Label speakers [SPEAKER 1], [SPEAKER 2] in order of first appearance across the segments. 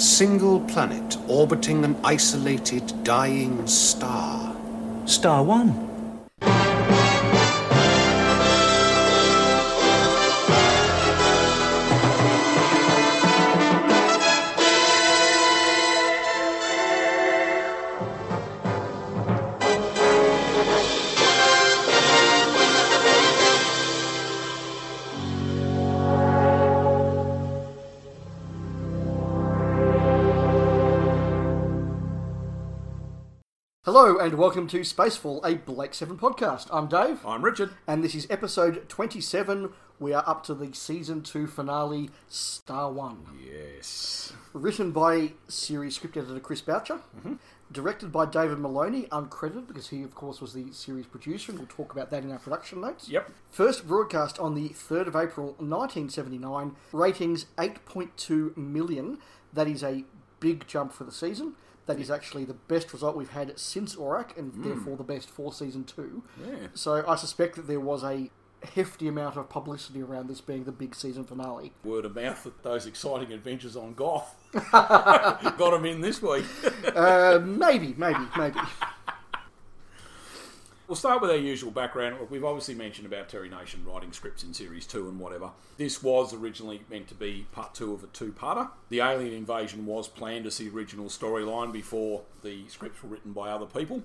[SPEAKER 1] single planet orbiting an isolated dying star.
[SPEAKER 2] Star One.
[SPEAKER 3] Hello and welcome to Spacefall, a Blake 7 podcast. I'm Dave,
[SPEAKER 4] I'm Richard.
[SPEAKER 3] and this is episode 27. We are up to the season 2 finale, Star 1.
[SPEAKER 4] Yes.
[SPEAKER 3] Written by series script editor Chris Boucher, directed by David Maloney, uncredited because he, of course, was the series producer, and we'll talk about that in our production notes.
[SPEAKER 4] Yep.
[SPEAKER 3] First broadcast on the 3rd of April 1979, ratings 8.2 million. That is a big jump for the season. That is actually the best result we've had since Aurak, and therefore the best for season two.
[SPEAKER 4] Yeah.
[SPEAKER 3] So I suspect that there was a hefty amount of publicity around this being the big season finale.
[SPEAKER 4] Word of mouth that those exciting adventures on Goth got him in this week.
[SPEAKER 3] Uh, maybe, maybe, maybe.
[SPEAKER 4] We'll start with our usual background. Look, we've obviously mentioned about Terry Nation writing scripts in series two and whatever. This was originally meant to be part two of a two-parter. The alien invasion was planned as the original storyline before the scripts were written by other people.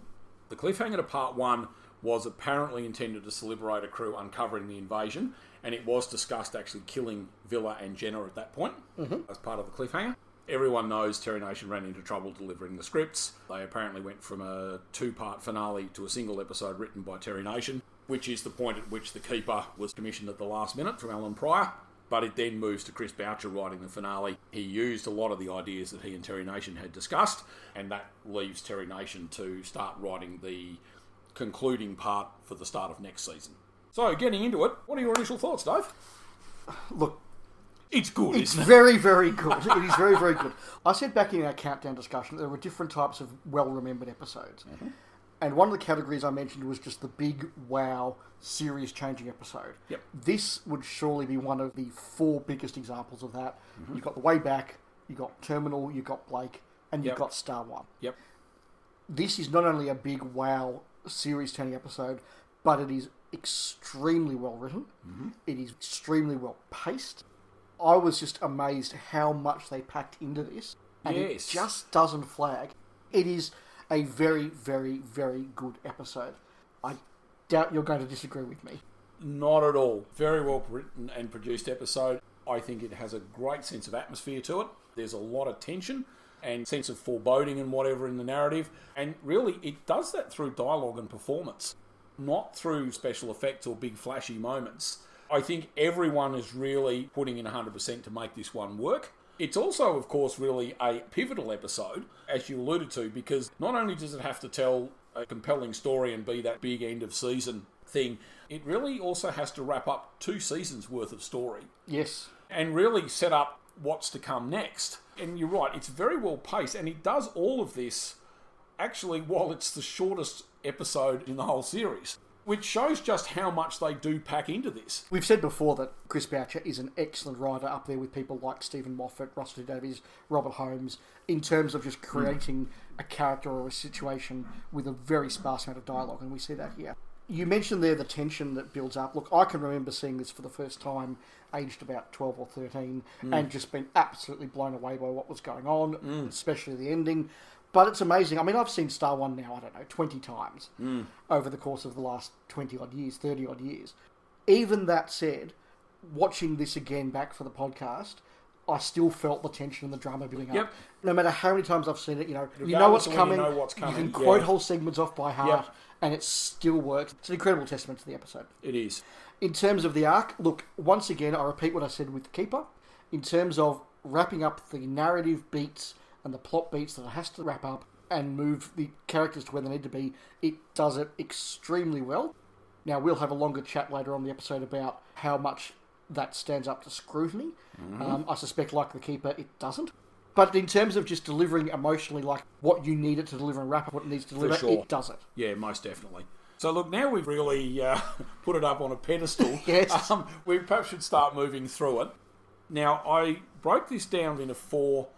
[SPEAKER 4] The cliffhanger to part one was apparently intended to liberate a crew uncovering the invasion, and it was discussed actually killing Villa and Jenna at that point as part of the cliffhanger. Everyone knows Terry Nation ran into trouble delivering the scripts. They apparently went from a two part finale to a single episode written by Terry Nation, which is the point at which The Keeper was commissioned at the last minute from Alan Pryor. But it then moves to Chris Boucher writing the finale. He used a lot of the ideas that he and Terry Nation had discussed, and that leaves Terry Nation to start writing the concluding part for the start of next season. So, getting into it, what are your initial thoughts, Dave?
[SPEAKER 3] Look,
[SPEAKER 4] It's good,
[SPEAKER 3] It's
[SPEAKER 4] isn't it?
[SPEAKER 3] very, very good. It is very, very good. I said back in our countdown discussion that there were different types of well remembered episodes.
[SPEAKER 4] Mm-hmm.
[SPEAKER 3] And one of the categories I mentioned was just the big wow series changing episode.
[SPEAKER 4] Yep.
[SPEAKER 3] This would surely be one of the four biggest examples of that.
[SPEAKER 4] Mm-hmm.
[SPEAKER 3] You've got The Way Back, you've got Terminal, you've got Blake, and you've
[SPEAKER 4] Yep.
[SPEAKER 3] got Star One.
[SPEAKER 4] Yep.
[SPEAKER 3] This is not only a big wow series changing episode, but it is extremely well written, it is extremely well paced. I was just amazed how much they packed into this. And
[SPEAKER 4] Yes.
[SPEAKER 3] it just doesn't flag. It is a very, very, very good episode. I doubt you're going to disagree with me.
[SPEAKER 4] Not at all. Very well written and produced episode. I think it has a great sense of atmosphere to it. There's a lot of tension and sense of foreboding and whatever in the narrative. And really, it does that through dialogue and performance, not through special effects or big flashy moments. I think everyone is really putting in 100% to make this one work. It's also, of course, really a pivotal episode, as you alluded to, because not only does it have to tell a compelling story and be that big end of season thing, it really also has to wrap up two seasons worth of story
[SPEAKER 3] Yes.
[SPEAKER 4] and really set up what's to come next. And you're right, it's very well paced, and it does all of this actually while it's the shortest episode in the whole series, which shows just how much they do pack into this.
[SPEAKER 3] We've said before that Chris Boucher is an excellent writer up there with people like Stephen Moffat, Russell T Davies, Robert Holmes, in terms of just creating a character or a situation with a very sparse amount of dialogue, and we see that here. You mentioned there the tension that builds up. Look, I can remember seeing this for the first time, aged about 12 or 13,
[SPEAKER 4] Mm.
[SPEAKER 3] and just been absolutely blown away by what was going on, especially the ending. But it's amazing. I mean, I've seen Star One now, I don't know, 20 times
[SPEAKER 4] Mm.
[SPEAKER 3] over the course of the last 20 odd years, 30 odd years even that said, watching this again back for the podcast, I still felt the tension and the drama building up.
[SPEAKER 4] Yep.
[SPEAKER 3] No matter how many times I've seen it, you know, you know what's
[SPEAKER 4] Regardless of when you
[SPEAKER 3] coming.
[SPEAKER 4] know what's coming,
[SPEAKER 3] can quote
[SPEAKER 4] yeah.
[SPEAKER 3] whole segments off by heart, and it still works. It's an incredible testament to the episode.
[SPEAKER 4] It is.
[SPEAKER 3] In terms of the arc, look, once again, I repeat what I said with Keeper. In terms of wrapping up the narrative beats and the plot beats that it has to wrap up and move the characters to where they need to be, it does it extremely well. Now, we'll have a longer chat later on in the episode about how much that stands up to scrutiny. Um, I suspect, like The Keeper, it doesn't. But in terms of just delivering emotionally, like what you need it to deliver and wrap up what it needs to deliver,
[SPEAKER 4] sure.
[SPEAKER 3] it does it.
[SPEAKER 4] Yeah, most definitely. So look, now we've really uh, put it up on a pedestal.
[SPEAKER 3] Yes.
[SPEAKER 4] Um, we perhaps should start moving through it. Now I broke this down into four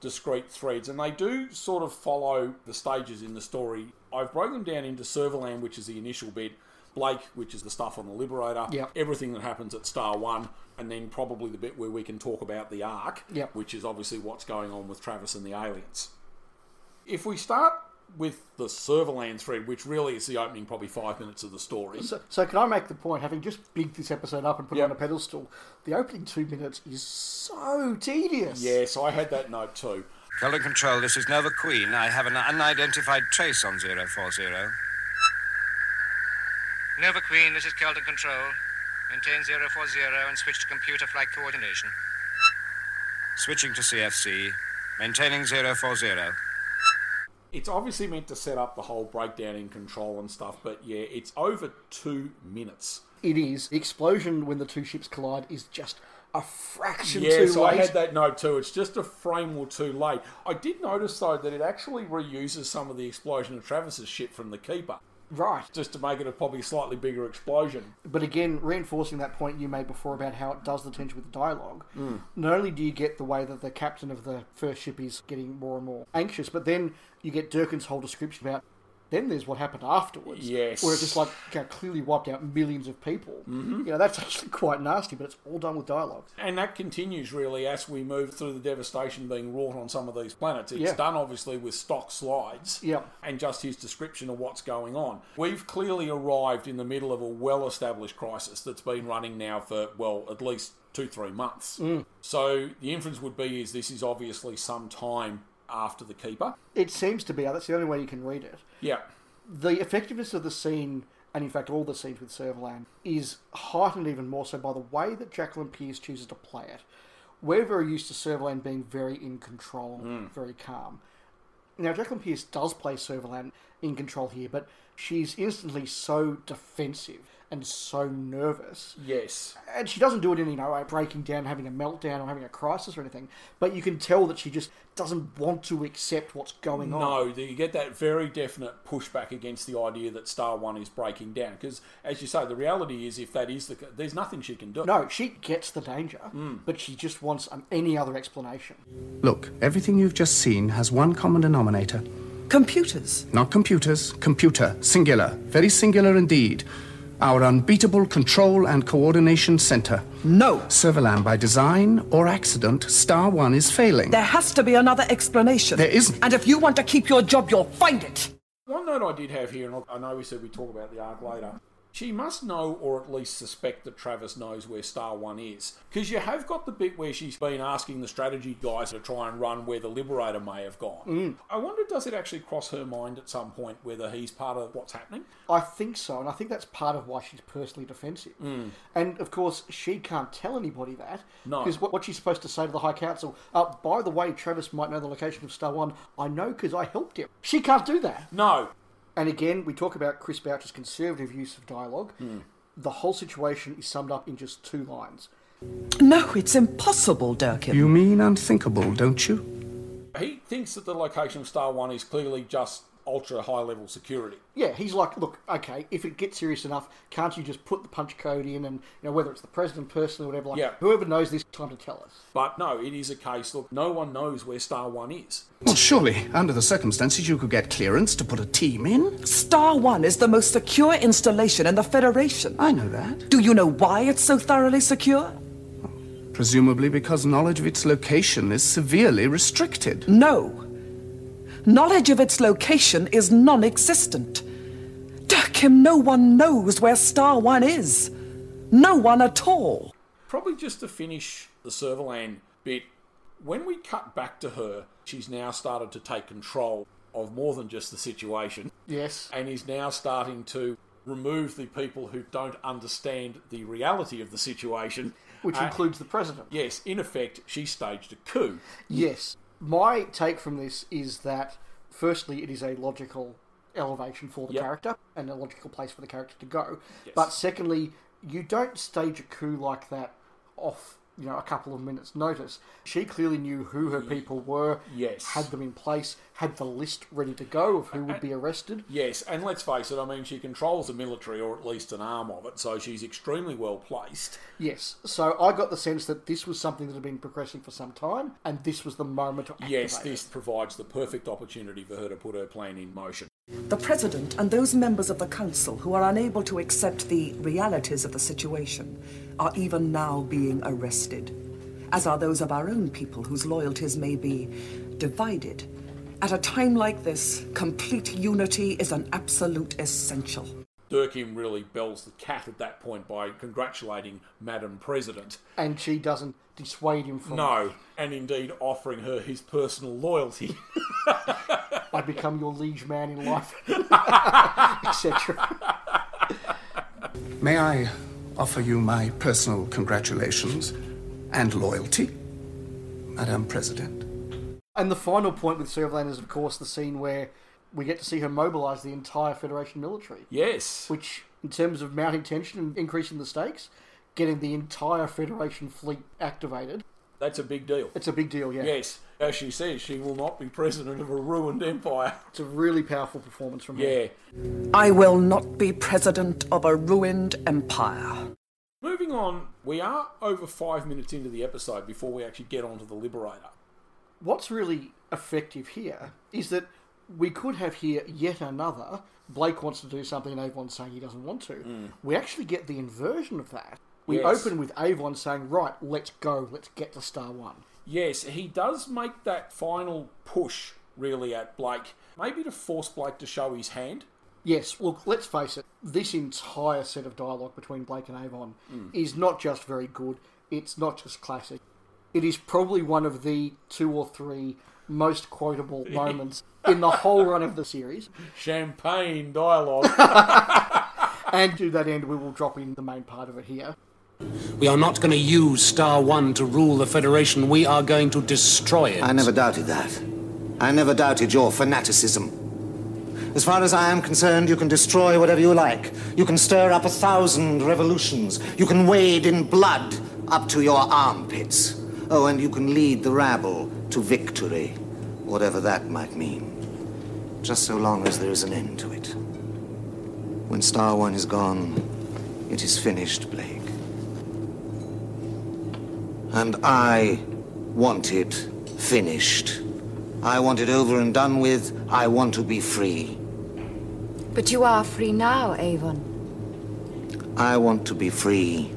[SPEAKER 4] discrete threads, and they do sort of follow the stages in the story. I've broken them down into Serverland, which is the initial bit, Blake, which is the stuff on the Liberator,
[SPEAKER 3] Yep.
[SPEAKER 4] everything that happens at Star One, and then probably the bit where we can talk about the Ark,
[SPEAKER 3] Yep.
[SPEAKER 4] which is obviously what's going on with Travis and the aliens. If we start with the Serverland thread, which really is the opening probably five minutes of the story.
[SPEAKER 3] So, so can I make the point, having just bigged this episode up and put
[SPEAKER 4] Yep.
[SPEAKER 3] it on a pedestal, the opening two minutes is so tedious.
[SPEAKER 4] Yes, I had that note too.
[SPEAKER 2] Kelder Control, this is Nova Queen. I have an unidentified trace on 040.
[SPEAKER 5] Nova Queen, this is Keldon Control. Maintain 040 and switch to computer flight coordination.
[SPEAKER 2] Switching to CFC, maintaining 040.
[SPEAKER 4] It's obviously meant to set up the whole breakdown in control and stuff, but yeah, it's over two minutes.
[SPEAKER 3] It is. The explosion when the two ships collide is just a fraction
[SPEAKER 4] Yes,
[SPEAKER 3] too
[SPEAKER 4] I
[SPEAKER 3] late.
[SPEAKER 4] had that note too. It's just a frame or two late. I did notice though that it actually reuses some of the explosion of Travis's ship from the Keeper,
[SPEAKER 3] Right.
[SPEAKER 4] just to make it a probably slightly bigger explosion.
[SPEAKER 3] But again, reinforcing that point you made before about how it does the tension with the dialogue, not only do you get the way that the captain of the first ship is getting more and more anxious, but then you get Durkin's whole description about then there's what happened afterwards.
[SPEAKER 4] Yes.
[SPEAKER 3] Where it just like you know, clearly wiped out millions of people. You know, that's actually quite nasty, but it's all done with dialogue.
[SPEAKER 4] And that continues really as we move through the devastation being wrought on some of these planets. It's
[SPEAKER 3] Yeah.
[SPEAKER 4] done obviously with stock slides
[SPEAKER 3] Yep.
[SPEAKER 4] and just his description of what's going on. We've clearly arrived in the middle of a well established crisis that's been running now for, well, at least two, three months.
[SPEAKER 3] Mm.
[SPEAKER 4] So the inference would be is this is obviously some time after the Keeper.
[SPEAKER 3] It seems to be, that's the only way you can read it.
[SPEAKER 4] Yeah.
[SPEAKER 3] the effectiveness of the scene, and in fact all the scenes with Serverland, is heightened even more so by the way that Jacqueline Pierce chooses to play it. We're very used to Serverland being very in control, very calm. Now, Jacqueline Pierce does play Serverland in control here, but she's instantly so defensive and so nervous.
[SPEAKER 4] Yes.
[SPEAKER 3] And she doesn't do it in, you know, like breaking down, having a meltdown, or having a crisis or anything, but you can tell that she just doesn't want to accept what's going on.
[SPEAKER 4] No, that you get that very definite pushback against the idea that Star One is breaking down. Because, as you say, the reality is if that is the, there's nothing she can do.
[SPEAKER 3] No, she gets the danger, but she just wants um, any other explanation.
[SPEAKER 6] Look, everything you've just seen has one common denominator.
[SPEAKER 7] Computers.
[SPEAKER 6] Not computers, computer, singular, very singular indeed. Our unbeatable control and coordination center.
[SPEAKER 7] No.
[SPEAKER 6] Serverland, by design or accident, Star One is failing.
[SPEAKER 7] There has to be another explanation.
[SPEAKER 6] There isn't.
[SPEAKER 7] And if you want to keep your job, you'll find it.
[SPEAKER 4] One note I did have here, and I know we said we talk about the arc later. She must know, or at least suspect, that Travis knows where Star One is. Because you have got the bit where she's been asking the strategy guys to try and run where the Liberator may have gone. I wonder, does it actually cross her mind at some point whether he's part of what's happening?
[SPEAKER 3] I think so, and I think that's part of why she's personally defensive. And of course, she can't tell anybody that.
[SPEAKER 4] No.
[SPEAKER 3] Because what, what she's supposed to say to the High Council, uh, by the way, Travis might know the location of Star One. I know because I helped him. She can't do that.
[SPEAKER 4] No.
[SPEAKER 3] And again, we talk about Chris Boucher's conservative use of dialogue. The whole situation is summed up in just two lines.
[SPEAKER 7] No, it's impossible, Durkin.
[SPEAKER 6] You mean unthinkable, don't you?
[SPEAKER 4] He thinks that the location of Star One is clearly just ultra high level security.
[SPEAKER 3] Yeah, he's like, look, okay, if it gets serious enough, can't you just put the punch code in and, you know, whether it's the president personally or whatever, like,
[SPEAKER 4] Yeah.
[SPEAKER 3] whoever knows this, time to tell us.
[SPEAKER 4] But no, it is a case, look, no one knows where Star One is.
[SPEAKER 6] Well, surely, under the circumstances, you could get clearance to put a team in.
[SPEAKER 7] Star One is the most secure installation in the Federation.
[SPEAKER 6] I know that.
[SPEAKER 7] Do you know why it's so thoroughly secure?
[SPEAKER 6] Presumably because knowledge of its location is severely restricted.
[SPEAKER 7] No. Knowledge of its location is non existent. Durkin, no one knows where Star One is. No one at all.
[SPEAKER 4] Probably just to finish the Serverland bit, when we cut back to her, she's now started to take control of more than just the situation
[SPEAKER 3] Yes.
[SPEAKER 4] and is now starting to remove the people who don't understand the reality of the situation.
[SPEAKER 3] Which
[SPEAKER 4] Uh,
[SPEAKER 3] includes the president.
[SPEAKER 4] Yes, in effect, she staged a coup.
[SPEAKER 3] Yes. My take from this is that, firstly, it is a logical elevation for the
[SPEAKER 4] Yep.
[SPEAKER 3] character and a logical place for the character to go. But secondly, you don't stage a coup like that off you know, a couple of minutes' notice. She clearly knew who her people were,
[SPEAKER 4] Yes. Uh,
[SPEAKER 3] had them in place, had the list ready to go of who would be arrested.
[SPEAKER 4] Yes, and let's face it, I mean, she controls the military or at least an arm of it, so she's extremely well placed.
[SPEAKER 3] Yes. So I got the sense that this was something that had been progressing for some time, and this was the moment to activate
[SPEAKER 4] Yes,
[SPEAKER 3] it.
[SPEAKER 4] this provides the perfect opportunity for her to put her plan in motion.
[SPEAKER 7] The President and those members of the Council who are unable to accept the realities of the situation are even now being arrested, as are those of our own people whose loyalties may be divided. At a time like this, complete unity is an absolute essential.
[SPEAKER 4] Durkin really bells the cat at that point by congratulating Madam President.
[SPEAKER 3] And she doesn't dissuade him from
[SPEAKER 4] No, and indeed offering her his personal loyalty.
[SPEAKER 3] I become your liege man in life, etc.
[SPEAKER 6] May I offer you my personal congratulations and loyalty, Madam President?
[SPEAKER 3] And the final point with Servalan is, of course, the scene where we get to see her mobilise the entire Federation military,
[SPEAKER 4] yes.
[SPEAKER 3] which, in terms of mounting tension and increasing the stakes, getting the entire Federation fleet activated,
[SPEAKER 4] That's a big deal.
[SPEAKER 3] it's a big deal, yeah.
[SPEAKER 4] Yes. As she says, she will not be president of a ruined empire.
[SPEAKER 3] It's a really powerful performance from her.
[SPEAKER 4] Yeah.
[SPEAKER 7] I will not be President of a ruined empire.
[SPEAKER 4] Moving on, we are over five minutes into the episode before we actually get onto the Liberator.
[SPEAKER 3] What's really effective here is that we could have here yet another Blake wants to do something and Avon's saying he doesn't want to. We actually get the inversion of that. We
[SPEAKER 4] Yes.
[SPEAKER 3] open with Avon saying, right, let's go, let's get to Star One.
[SPEAKER 4] Yes, he does make that final push, really, at Blake. Maybe to force Blake to show his hand.
[SPEAKER 3] Yes, look, let's face it, this entire set of dialogue between Blake and Avon is not just very good, it's not just classic. It is probably one of the two or three most quotable moments in the whole run of the series.
[SPEAKER 4] Champagne dialogue.
[SPEAKER 3] And to that end, we will drop in the main part of it here.
[SPEAKER 8] We are not going to use Star One to rule the Federation. We are going to destroy it.
[SPEAKER 9] I never doubted that. I never doubted your fanaticism. As far as I am concerned, you can destroy whatever you like. You can stir up a thousand revolutions. You can wade in blood up to your armpits. Oh, and you can lead the rabble to victory, whatever that might mean. Just so long as there is an end to it. When Star One is gone, it is finished, Blake. And I want it finished. I want it over and done with. I want to be free.
[SPEAKER 10] But you are free now, Avon.
[SPEAKER 9] I want to be free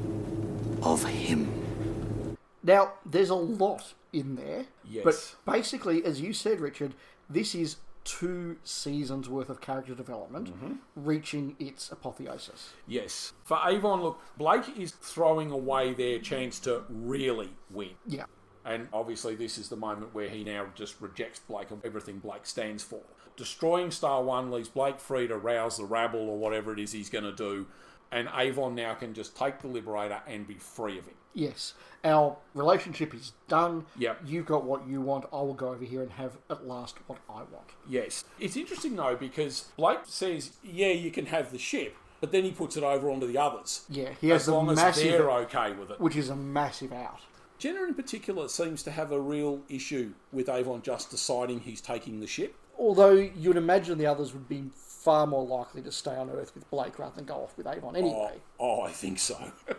[SPEAKER 9] of him.
[SPEAKER 3] Now, there's a lot in there.
[SPEAKER 4] Yes.
[SPEAKER 3] But basically, as you said, Richard, this is two seasons worth of character development
[SPEAKER 4] Mm-hmm.
[SPEAKER 3] reaching its apotheosis.
[SPEAKER 4] yes. For Avon, look, Blake is throwing away their chance to really win.
[SPEAKER 3] Yeah.
[SPEAKER 4] And obviously, this is the moment where he now just rejects Blake and everything Blake stands for. Destroying Star One leaves Blake free to rouse the rabble or whatever it is he's going to do. And Avon now can just take the Liberator and be free of him.
[SPEAKER 3] Yes. Our relationship is done.
[SPEAKER 4] Yep.
[SPEAKER 3] You've got what you want. I will go over here and have at last what I want.
[SPEAKER 4] Yes. It's interesting, though, because Blake says, yeah, you can have the ship, but then he puts it over onto the others.
[SPEAKER 3] Yeah, he has
[SPEAKER 4] as
[SPEAKER 3] the
[SPEAKER 4] long as
[SPEAKER 3] massive-
[SPEAKER 4] they're okay with it.
[SPEAKER 3] Which is a massive out.
[SPEAKER 4] Jenner, in particular, seems to have a real issue with Avon just deciding he's taking the ship.
[SPEAKER 3] Although you'd imagine the others would be far more likely to stay on Earth with Blake rather than go off with Avon anyway.
[SPEAKER 4] Oh, I think so.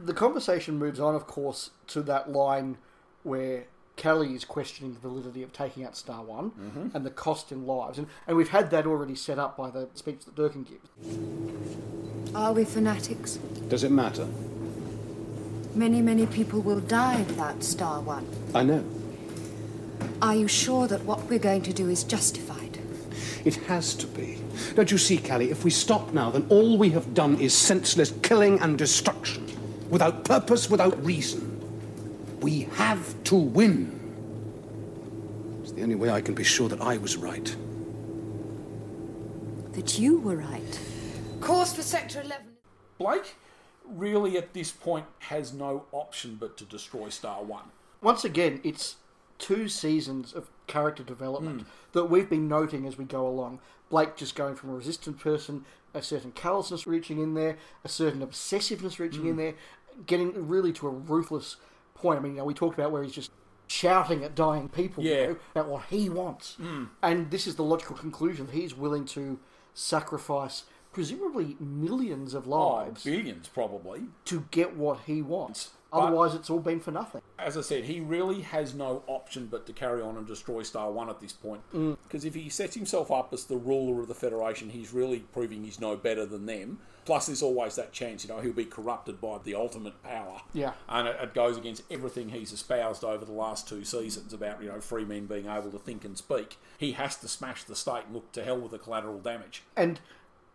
[SPEAKER 3] The conversation moves on, of course, to that line where Kelly is questioning the validity of taking out Star One and the cost in lives. And, and we've had that already set up by the speech that Durkin gives.
[SPEAKER 10] Are we fanatics?
[SPEAKER 1] Does it matter?
[SPEAKER 10] Many, many people will die without Star One.
[SPEAKER 1] I know.
[SPEAKER 10] Are you sure that what we're going to do is justified?
[SPEAKER 8] It has to be. Don't you see, Callie? If we stop now, then all we have done is senseless killing and destruction. Without purpose, without reason. We have to win. It's the only way I can be sure that I was right.
[SPEAKER 10] That you were right. Cause for Sector 11.
[SPEAKER 4] Blake really at this point has no option but to destroy Star One.
[SPEAKER 3] Once again, it's two seasons of character development
[SPEAKER 4] Hmm.
[SPEAKER 3] that we've been noting as we go along. Blake just going from a
[SPEAKER 4] Hmm.
[SPEAKER 3] resistant person, a certain callousness reaching in there, a certain obsessiveness reaching in there, getting really to a ruthless point. I mean, you know, we talked about where he's just shouting at dying people you
[SPEAKER 4] Yeah.
[SPEAKER 3] know, about what he wants.
[SPEAKER 4] Mm.
[SPEAKER 3] And this is the logical conclusion. He's willing to sacrifice presumably millions of
[SPEAKER 4] Oh,
[SPEAKER 3] lives
[SPEAKER 4] billions probably.
[SPEAKER 3] to get what he wants.
[SPEAKER 4] But-
[SPEAKER 3] Otherwise, it's all been for nothing.
[SPEAKER 4] As I said, he really has no option but to carry on and destroy Star One at this point.
[SPEAKER 3] Mm.
[SPEAKER 4] Because if he sets himself up as the ruler of the Federation, he's really proving he's no better than them. Plus, there's always that chance, you know, he'll be corrupted by the ultimate power.
[SPEAKER 3] Yeah.
[SPEAKER 4] And it, it goes against everything he's espoused over the last two seasons about, you know, free men being able to think and speak. He has to smash the state and look to hell with the collateral damage.
[SPEAKER 3] And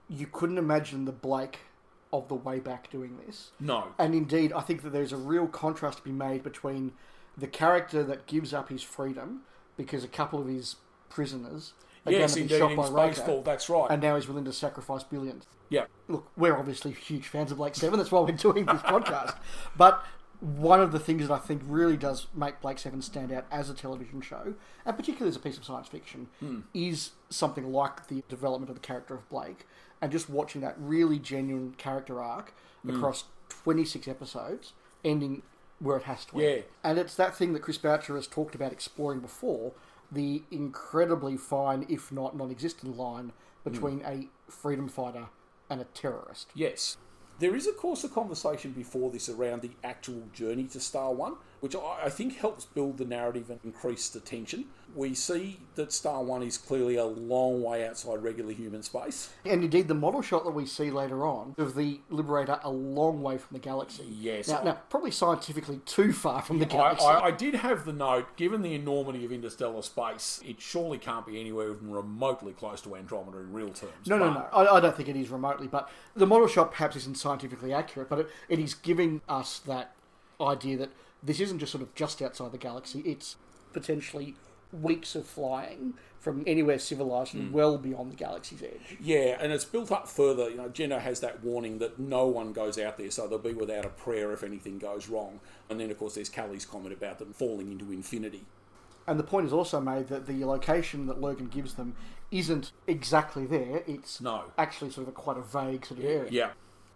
[SPEAKER 3] you couldn't imagine the Blake of the way back doing this.
[SPEAKER 4] No.
[SPEAKER 3] And indeed, I think that there's a real contrast to be made between the character that gives up his freedom because a couple of his prisoners are going
[SPEAKER 4] Yes,
[SPEAKER 3] to
[SPEAKER 4] indeed,
[SPEAKER 3] be shot
[SPEAKER 4] in
[SPEAKER 3] by Rocco,
[SPEAKER 4] Spaceball, that's right.
[SPEAKER 3] And now he's willing to sacrifice billions.
[SPEAKER 4] Yeah.
[SPEAKER 3] Look, we're obviously huge fans of Blake Seven. That's why we're doing this podcast. But one of the things that I think really does make Blake Seven stand out as a television show, and particularly as a piece of science fiction,
[SPEAKER 11] Hmm.
[SPEAKER 3] is something like the development of the character of Blake, and just watching that really genuine character arc
[SPEAKER 4] Hmm.
[SPEAKER 3] across 26 episodes, ending where it has to end.
[SPEAKER 4] Yeah.
[SPEAKER 3] And it's that thing that Chris Boucher has talked about exploring before the incredibly fine, if not non existent, line between
[SPEAKER 4] Hmm.
[SPEAKER 3] a freedom fighter and a terrorist.
[SPEAKER 4] Yes. There is, of course, a conversation before this around the actual journey to Star One, which I I think helps build the narrative and increase the tension. We see that Star One is clearly a long way outside regular human space.
[SPEAKER 3] And indeed, the model shot that we see later on of the Liberator a long way from the galaxy.
[SPEAKER 4] Yes.
[SPEAKER 3] Now, now probably scientifically too far from the
[SPEAKER 4] I,
[SPEAKER 3] galaxy.
[SPEAKER 4] I, I did have the note given the enormity of interstellar space, it surely can't be anywhere even remotely close to Andromeda in real terms.
[SPEAKER 3] No, no,
[SPEAKER 4] But-
[SPEAKER 3] no. I, I don't think it is remotely, but the model shot perhaps isn't scientifically accurate, but it, it is giving us that idea that this isn't just sort of just outside the galaxy, it's potentially weeks of flying from anywhere civilized and
[SPEAKER 4] Hmm.
[SPEAKER 3] well beyond the galaxy's edge.
[SPEAKER 4] Yeah, and it's built up further. You know, Jenna has that warning that no one goes out there, so they'll be without a prayer if anything goes wrong. And then, of course, there's Callie's comment about them falling into infinity.
[SPEAKER 3] And the point is also made that the location that Logan gives them isn't exactly there, it's
[SPEAKER 4] No.
[SPEAKER 3] actually sort of a, quite a vague sort of area.
[SPEAKER 4] Yeah.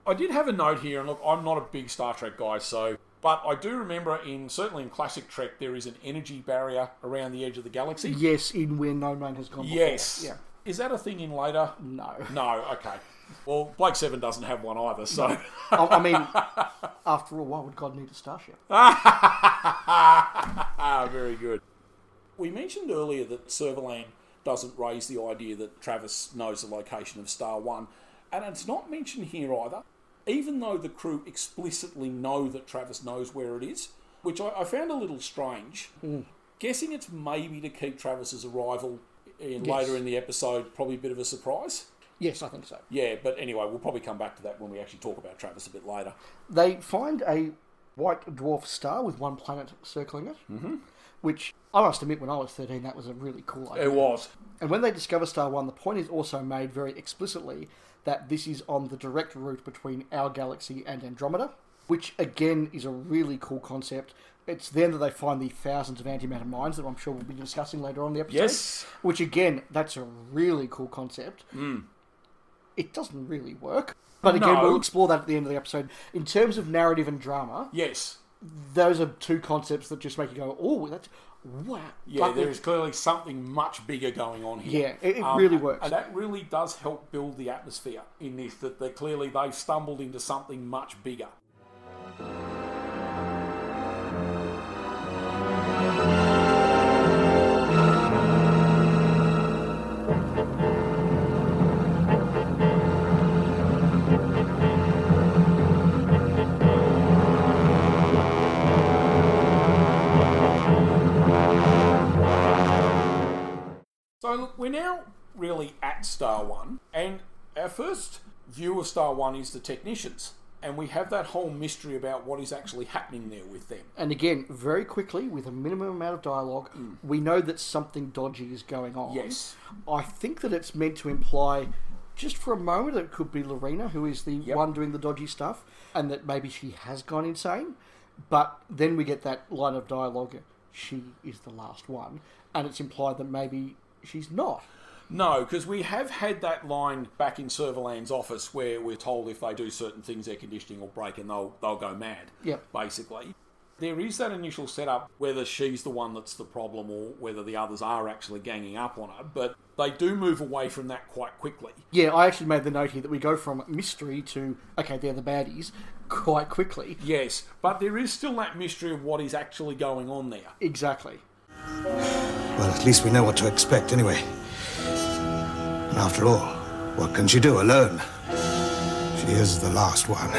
[SPEAKER 4] I did have a note here, and look, I'm not a big Star Trek guy, so. But I do remember in certainly in classic Trek there is an energy barrier around the edge of the galaxy.
[SPEAKER 3] Yes, in where no man has gone before.
[SPEAKER 4] Yes.
[SPEAKER 3] Yeah.
[SPEAKER 4] Is that a thing in later?
[SPEAKER 3] No.
[SPEAKER 4] No. Okay. Well, Blake Seven doesn't have one either, so.
[SPEAKER 3] I, I mean, after all, why would God need a starship?
[SPEAKER 4] Ah, very good. We mentioned earlier that Serverland doesn't raise the idea that Travis knows the location of Star One, and it's not mentioned here either, even though the crew explicitly know that Travis knows where it is, which I, I found a little strange. Guessing it's maybe to keep Travis's arrival in
[SPEAKER 3] Yes.
[SPEAKER 4] later in the episode probably a bit of a surprise.
[SPEAKER 3] Yes, I think so.
[SPEAKER 4] Yeah, but anyway, we'll probably come back to that when we actually talk about Travis a bit later.
[SPEAKER 3] They find a white dwarf star with one planet circling it,
[SPEAKER 4] Mhm.
[SPEAKER 3] which I must admit, when I was 13, that was a really cool idea.
[SPEAKER 4] It was.
[SPEAKER 3] And when they discover Star One, the point is also made very explicitly that this is on the direct route between our galaxy and Andromeda, which again is a really cool concept. It's then that they find the thousands of antimatter mines that I'm sure we'll be discussing later on in the episode.
[SPEAKER 4] Yes.
[SPEAKER 3] Which again, that's a really cool concept.
[SPEAKER 4] Mm.
[SPEAKER 3] It doesn't really work. But again,
[SPEAKER 4] No.
[SPEAKER 3] we'll explore that at the end of the episode. In terms of narrative and drama,
[SPEAKER 4] Yes.
[SPEAKER 3] those are two concepts that just make you go, "Oh, that's wow!"
[SPEAKER 4] Yeah,
[SPEAKER 3] But
[SPEAKER 4] there is clearly something much bigger going on here.
[SPEAKER 3] Yeah,
[SPEAKER 4] Um,
[SPEAKER 3] it- it really works.
[SPEAKER 4] And that really does help build the atmosphere in this, that they clearly they've stumbled into something much bigger. So look, we're now really at Star One, and our first view of Star One is the technicians. And we have that whole mystery about what is actually happening there with them.
[SPEAKER 3] And again, very quickly, with a minimum amount of dialogue, we know that something dodgy is going on.
[SPEAKER 4] Yes.
[SPEAKER 3] I think that it's meant to imply, just for a moment, that it could be Lorena, who is the one doing the dodgy stuff, and that maybe she has gone insane. But then we get that line of dialogue she is the last one, and it's implied that maybe she's not.
[SPEAKER 4] No, because we have had that line back in Serverland's office where we're told if they do certain things, their conditioning will break and they'll they'll go mad.
[SPEAKER 3] Yep.
[SPEAKER 4] Basically, there is that initial setup whether she's the one that's the problem or whether the others are actually ganging up on her. But they do move away from that quite quickly.
[SPEAKER 3] Yeah, I actually made the note here that we go from mystery to okay, they're the baddies quite quickly.
[SPEAKER 4] Yes, but there is still that mystery of what is actually going on there.
[SPEAKER 3] Exactly.
[SPEAKER 11] Well, at least we know what to expect anyway. And after all, what can she do alone? She is the last one.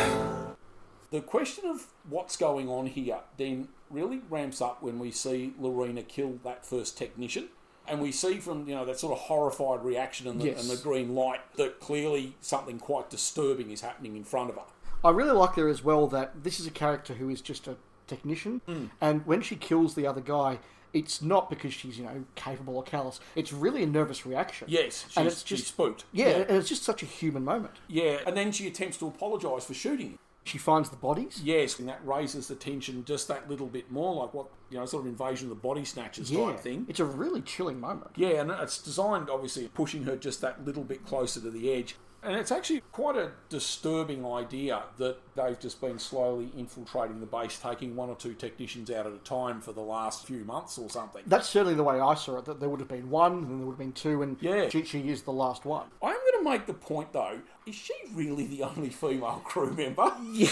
[SPEAKER 4] The question of what's going on here then really ramps up when we see Lorena kill that first technician. And we see from, you know, that sort of horrified reaction and the,
[SPEAKER 3] Yes.
[SPEAKER 4] and the green light that clearly something quite disturbing is happening in front of her.
[SPEAKER 3] I really like there as well that this is a character who is just a technician, and when she kills the other guy, it's not because she's you know capable or callous. It's really a nervous reaction.
[SPEAKER 4] Yes, she's,
[SPEAKER 3] and it's
[SPEAKER 4] she's
[SPEAKER 3] just
[SPEAKER 4] spooked.
[SPEAKER 3] yeah,
[SPEAKER 4] yeah.
[SPEAKER 3] and it's just such a human moment.
[SPEAKER 4] Yeah, and then she attempts to apologise for shooting him.
[SPEAKER 3] She finds the bodies.
[SPEAKER 4] Yes, and that raises the tension just that little bit more, like what, you know, sort of invasion of the body snatchers
[SPEAKER 3] yeah,
[SPEAKER 4] type thing.
[SPEAKER 3] it's a really chilling moment.
[SPEAKER 4] Yeah, and it's designed obviously pushing her just that little bit closer to the edge. And it's actually quite a disturbing idea that they've just been slowly infiltrating the base, taking one or two technicians out at a time for the last few months or something.
[SPEAKER 3] That's certainly the way I saw it. That there would have been one, and there would have been two, and
[SPEAKER 4] Yeah.
[SPEAKER 3] she, she is the last one.
[SPEAKER 4] I'm going to make the point though: is she really the only female crew member? Yeah,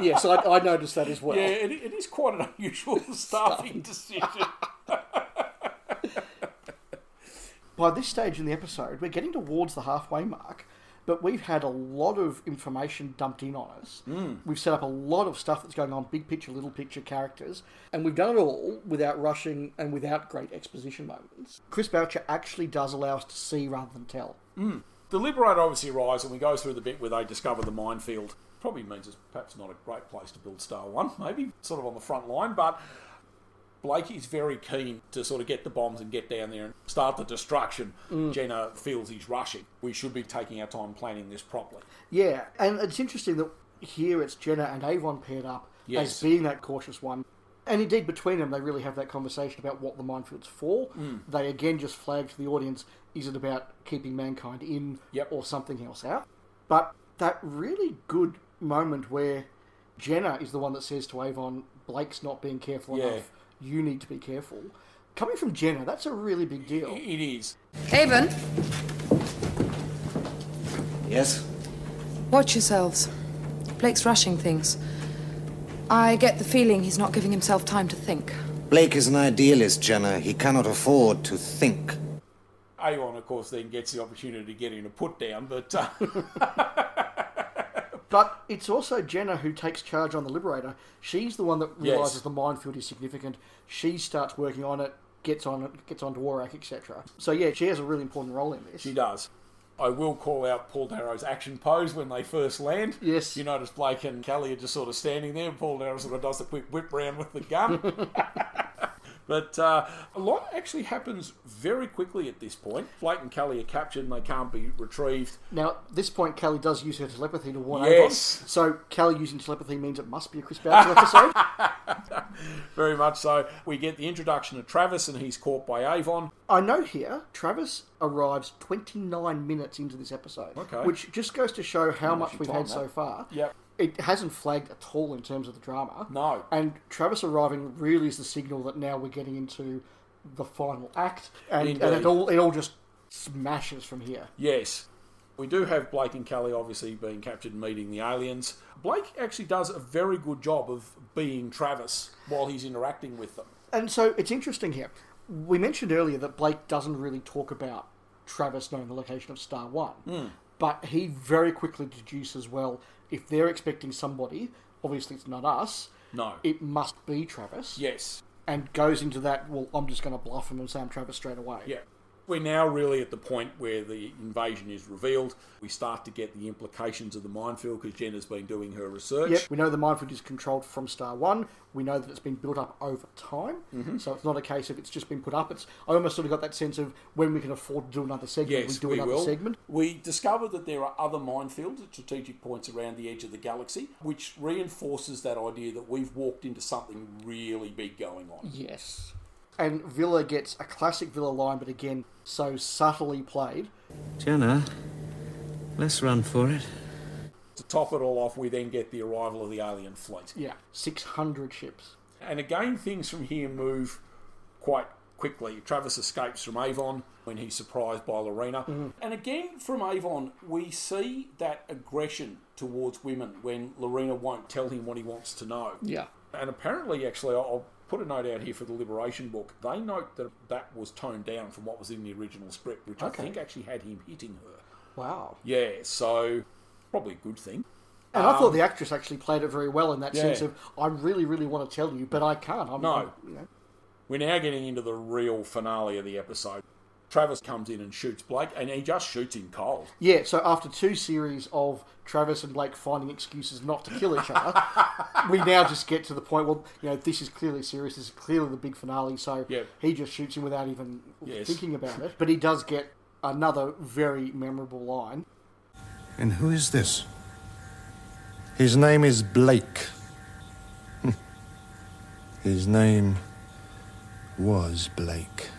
[SPEAKER 3] yes, I, I noticed that as well.
[SPEAKER 4] yeah, it, it is quite an unusual staffing decision.
[SPEAKER 3] By this stage in the episode, we're getting towards the halfway mark, but we've had a lot of information dumped in on us. We've set up a lot of stuff that's going on, big picture, little picture characters, and we've done it all without rushing and without great exposition moments. Chris Boucher actually does allow us to see rather than tell.
[SPEAKER 4] The Liberator obviously arrives, and we go through the bit where they discover the minefield. Probably means it's perhaps not a great place to build Star One, maybe sort of on the front line, but Blakey's very keen to sort of get the bombs and get down there and start the destruction. Jenna feels he's rushing. We should be taking our time planning this properly.
[SPEAKER 3] Yeah, and it's interesting that here it's Jenna and Avon paired up
[SPEAKER 4] Yes.
[SPEAKER 3] as being that cautious one. And indeed, between them, they really have that conversation about what the minefield's for.
[SPEAKER 4] Mm.
[SPEAKER 3] They again just flag to the audience is it about keeping mankind in
[SPEAKER 4] Yep.
[SPEAKER 3] or something else out? But that really good moment where Jenna is the one that says to Avon, Blake's not being careful
[SPEAKER 4] Yeah.
[SPEAKER 3] enough, you need to be careful. Coming from Jenna, that's a really big deal.
[SPEAKER 4] It is.
[SPEAKER 10] Avon,
[SPEAKER 9] Yes?
[SPEAKER 12] Watch yourselves. Blake's rushing things. I get the feeling he's not giving himself time to think.
[SPEAKER 9] Blake is an idealist, Jenna. He cannot afford to think.
[SPEAKER 4] Aon, of course, then gets the opportunity to get in a put down, but uh,
[SPEAKER 3] But it's also Jenna who takes charge on the Liberator. She's the one that
[SPEAKER 4] Yes.
[SPEAKER 3] realizes the minefield is significant. She starts working on it, gets on it, gets on to Warak, etc. So yeah, she has a really important role in this.
[SPEAKER 4] She does. I will call out Paul Darrow's action pose when they first land.
[SPEAKER 3] Yes.
[SPEAKER 4] You notice Blake and Callie are just sort of standing there, and Paul Darrow sort of does the quick whip round with the gun. but uh, a lot actually happens very quickly at this point. Blake and Callie are captured and they can't be retrieved.
[SPEAKER 3] Now at this point, Callie does use her telepathy to warn
[SPEAKER 4] Yes.
[SPEAKER 3] Avon. So Callie using telepathy means it must be a Chris Boucher episode.
[SPEAKER 4] Very much so. We get the introduction of Travis and he's caught by Avon.
[SPEAKER 3] I know here Travis arrives 29 minutes into this episode,
[SPEAKER 4] Okay.
[SPEAKER 3] which just goes to show how much
[SPEAKER 4] she
[SPEAKER 3] we've
[SPEAKER 4] timed
[SPEAKER 3] had
[SPEAKER 4] that.
[SPEAKER 3] so far.
[SPEAKER 4] Yep.
[SPEAKER 3] It hasn't flagged at all in terms of the drama.
[SPEAKER 4] No.
[SPEAKER 3] And Travis arriving really is the signal that now we're getting into the final act, and, and
[SPEAKER 4] Indeed.
[SPEAKER 3] it all it all just smashes from here.
[SPEAKER 4] Yes. We do have Blake and Callie obviously being captured and meeting the aliens. Blake actually does a very good job of being Travis while he's interacting with them.
[SPEAKER 3] And so it's interesting here. We mentioned earlier that Blake doesn't really talk about Travis knowing the location of Star One,
[SPEAKER 4] Hmm.
[SPEAKER 3] but he very quickly deduces well if they're expecting somebody, obviously it's not us.
[SPEAKER 4] No.
[SPEAKER 3] It must be Travis.
[SPEAKER 4] Yes.
[SPEAKER 3] And goes into that. Well, I'm just going to bluff him and say I'm Travis straight away.
[SPEAKER 4] Yeah. We're now really at the point where the invasion is revealed. We start to get the implications of the minefield because Jenna's been doing her research.
[SPEAKER 3] Yep. We know the minefield is controlled from Star One. We know that it's been built up over time,
[SPEAKER 4] Mm-hmm.
[SPEAKER 3] so it's not a case of it's just been put up. It's I almost sort of got that sense of when we can afford to do another segment,
[SPEAKER 4] Yes,
[SPEAKER 3] we do
[SPEAKER 4] we
[SPEAKER 3] another
[SPEAKER 4] will.
[SPEAKER 3] segment.
[SPEAKER 4] We discover that there are other minefields at strategic points around the edge of the galaxy, which reinforces that idea that we've walked into something really big going on.
[SPEAKER 3] Yes. And Villa gets a classic Villa line, but again, so subtly played.
[SPEAKER 13] Jenna, let's run for it.
[SPEAKER 4] To top it all off, we then get the arrival of the alien fleet.
[SPEAKER 3] Yeah, 600 ships.
[SPEAKER 4] And again, things from here move quite quickly. Travis escapes from Avon when he's surprised by Lorena.
[SPEAKER 3] Mm-hmm.
[SPEAKER 4] And again, from Avon, we see that aggression towards women when Lorena won't tell him what he wants to know.
[SPEAKER 3] Yeah.
[SPEAKER 4] And apparently, actually, I'll- I'll put a note out here for the Liberation book. They note that that was toned down from what was in the original script, which
[SPEAKER 3] Okay.
[SPEAKER 4] I think actually had him hitting her.
[SPEAKER 3] Wow.
[SPEAKER 4] Yeah, so probably a good thing.
[SPEAKER 3] And I
[SPEAKER 4] Um,
[SPEAKER 3] thought the actress actually played it very well in that
[SPEAKER 4] Yeah.
[SPEAKER 3] sense of, I really, really want to tell you, but I can't. I'm,
[SPEAKER 4] No.
[SPEAKER 3] you know.
[SPEAKER 4] We're now getting into the real finale of the episode. Travis comes in and shoots Blake, and he just shoots him cold.
[SPEAKER 3] Yeah, so after two series of Travis and Blake finding excuses not to kill each other, we now just get to the point. Well, you know, this is clearly serious. This is clearly the big finale. So
[SPEAKER 4] Yeah.
[SPEAKER 3] he just shoots him without even
[SPEAKER 4] Yes.
[SPEAKER 3] thinking about it. But he does get another very memorable line.
[SPEAKER 11] And who is this? His name is Blake. Hmm. His name was Blake.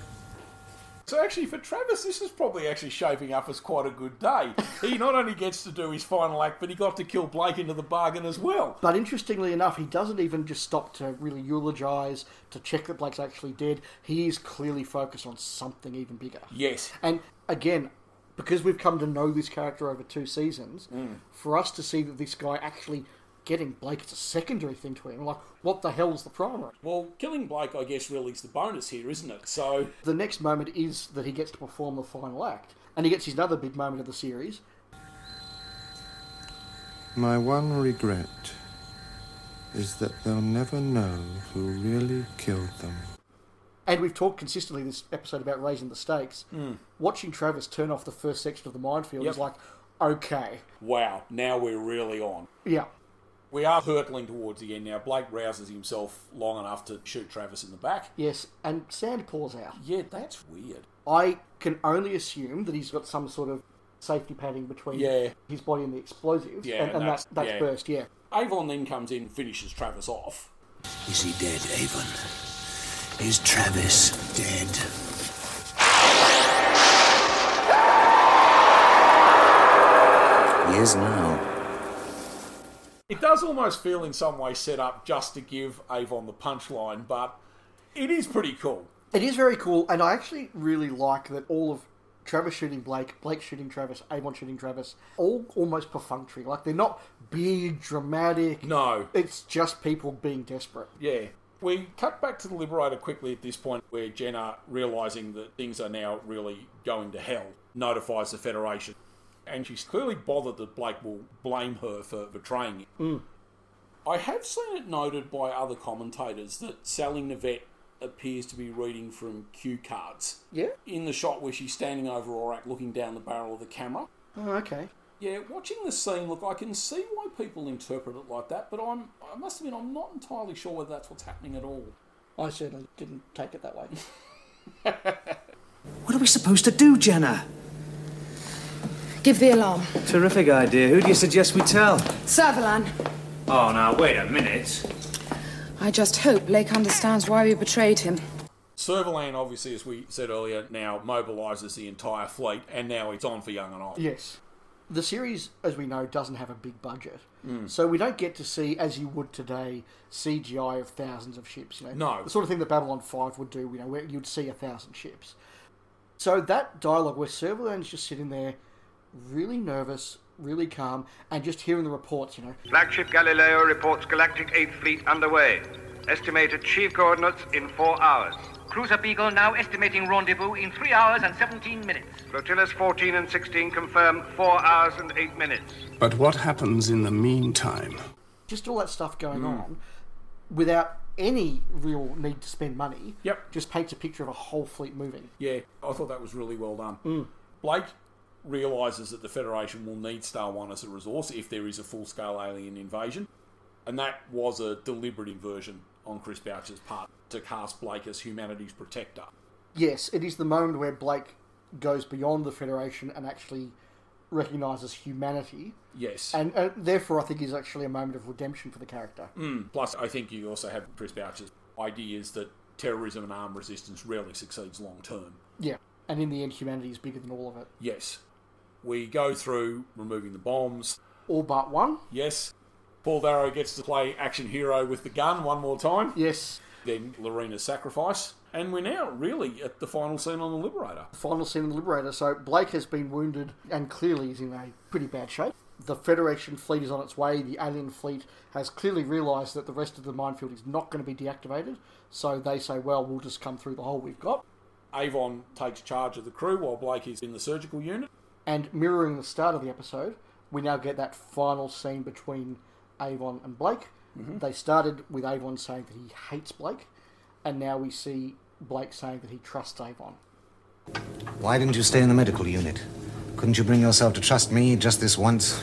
[SPEAKER 4] So actually, for Travis, this is probably actually shaping up as quite a good day. He not only gets to do his final act, but he got to kill Blake into the bargain as well.
[SPEAKER 3] But interestingly enough, he doesn't even just stop to really eulogise to check that Blake's actually dead. He is clearly focused on something even bigger.
[SPEAKER 4] Yes.
[SPEAKER 3] And again, because we've come to know this character over two seasons,
[SPEAKER 4] Mm.
[SPEAKER 3] for us to see that this guy actually getting Blake is a secondary thing to him, like, what the hell's the primary?
[SPEAKER 4] Well, killing Blake, I guess, really is the bonus here, isn't it? So
[SPEAKER 3] The next moment is that he gets to perform the final act, and he gets his another big moment of the series.
[SPEAKER 14] My one regret is that they'll never know who really killed them.
[SPEAKER 3] And we've talked consistently this episode about raising the stakes.
[SPEAKER 4] Mm.
[SPEAKER 3] Watching Travis turn off the first section of the minefield
[SPEAKER 4] Yep.
[SPEAKER 3] is like, okay,
[SPEAKER 4] wow, now we're really on.
[SPEAKER 3] yeah,
[SPEAKER 4] We are hurtling towards the end now. Blake rouses himself long enough to shoot Travis in the back.
[SPEAKER 3] yes, and sand pours out.
[SPEAKER 4] Yeah, that's weird.
[SPEAKER 3] I can only assume that he's got some sort of safety padding between
[SPEAKER 4] Yeah.
[SPEAKER 3] his body and the explosives,
[SPEAKER 4] Yeah,
[SPEAKER 3] and, and
[SPEAKER 4] that's-
[SPEAKER 3] that's, that's
[SPEAKER 4] yeah.
[SPEAKER 3] burst, yeah.
[SPEAKER 4] Avon then comes in, and finishes Travis off.
[SPEAKER 15] Is he dead, Avon? Is Travis dead?
[SPEAKER 9] He is now.
[SPEAKER 4] It does almost feel in some way set up just to give Avon the punchline, but it is pretty cool.
[SPEAKER 3] It is very cool, and I actually really like that all of Travis shooting Blake, Blake shooting Travis, Avon shooting Travis, all almost perfunctory. Like, they're not big, dramatic.
[SPEAKER 4] No.
[SPEAKER 3] It's just people being desperate.
[SPEAKER 4] Yeah. We cut back to the Liberator quickly at this point, where Jenna, realizing that things are now really going to hell, notifies the Federation. And she's clearly bothered that Blake will blame her for betraying him. I have seen it noted by other commentators that Sally Nivette appears to be reading from cue cards.
[SPEAKER 3] Yeah?
[SPEAKER 4] In the shot where she's standing over Aurak looking down the barrel of the camera.
[SPEAKER 3] Oh, okay.
[SPEAKER 4] Yeah, watching the scene, look, I can see why people interpret it like that, but I'm, I must admit, I'm not entirely sure whether that's what's happening at all.
[SPEAKER 3] I certainly didn't take it that way.
[SPEAKER 13] What are we supposed to do, Jenna?
[SPEAKER 12] Give the alarm.
[SPEAKER 13] Terrific idea. Who do you suggest we tell?
[SPEAKER 12] Servalan,
[SPEAKER 13] Oh, now, wait a minute.
[SPEAKER 12] I just hope Blake understands why we betrayed him.
[SPEAKER 4] Servalan, obviously, as we said earlier, now mobilises the entire fleet, and now it's on for Young and Old.
[SPEAKER 3] yes. The series, as we know, doesn't have a big budget.
[SPEAKER 4] Mm.
[SPEAKER 3] So we don't get to see, as you would today, CGI of thousands of ships. You know,
[SPEAKER 4] No.
[SPEAKER 3] the sort of thing that Babylon Five would do. You know, where you'd see a thousand ships. So that dialogue where Servalan's just sitting there, really nervous, really calm, and just hearing the reports. You know,
[SPEAKER 5] Flagship Galileo reports Galactic 8th Fleet underway. Estimated chief coordinates in four hours.
[SPEAKER 16] Cruiser Beagle now estimating rendezvous in 3 hours and 17 minutes.
[SPEAKER 5] Flotillas 14 and 16 confirm four hours and eight minutes.
[SPEAKER 6] But what happens in the meantime?
[SPEAKER 3] just all that stuff going
[SPEAKER 4] Hmm.
[SPEAKER 6] Mm.
[SPEAKER 3] on, without any real need to spend money.
[SPEAKER 4] Yep.
[SPEAKER 3] Just paints a picture of a whole fleet moving.
[SPEAKER 4] Yeah, I thought that was really well done.
[SPEAKER 3] Mm.
[SPEAKER 4] Blake realises that the Federation will need Star One as a resource if there is a full scale alien invasion, and that was a deliberate inversion on Chris Boucher's part to cast Blake as humanity's protector.
[SPEAKER 3] Yes, it is the moment where Blake goes beyond the Federation and actually recognises humanity.
[SPEAKER 4] Yes.
[SPEAKER 3] And uh, therefore, I think is actually a moment of redemption for the character.
[SPEAKER 4] Mm. Plus, I think you also have Chris Boucher's ideas that terrorism and armed resistance rarely succeeds long term.
[SPEAKER 3] Yeah. And in the end, humanity is bigger than all of it.
[SPEAKER 4] Yes. We go through removing the bombs.
[SPEAKER 3] All but one.
[SPEAKER 4] Yes. Paul Darrow gets to play action hero with the gun one more time.
[SPEAKER 3] Yes.
[SPEAKER 4] Then Lorena's sacrifice. And we're now really at the final scene on The Liberator.
[SPEAKER 3] Final scene in the Liberator. So Blake has been wounded and clearly is in a pretty bad shape. The Federation fleet is on its way. The alien fleet has clearly realised that the rest of the minefield is not going to be deactivated. So they say, well, we'll just come through the hole we've got.
[SPEAKER 4] Avon takes charge of the crew while Blake is in the surgical unit.
[SPEAKER 3] And mirroring the start of the episode, we now get that final scene between Avon and Blake.
[SPEAKER 4] Mhm.
[SPEAKER 3] They started with Avon saying that he hates Blake, and now we see Blake saying that he trusts Avon.
[SPEAKER 9] Why didn't you stay in the medical unit? Couldn't you bring yourself to trust me just this once?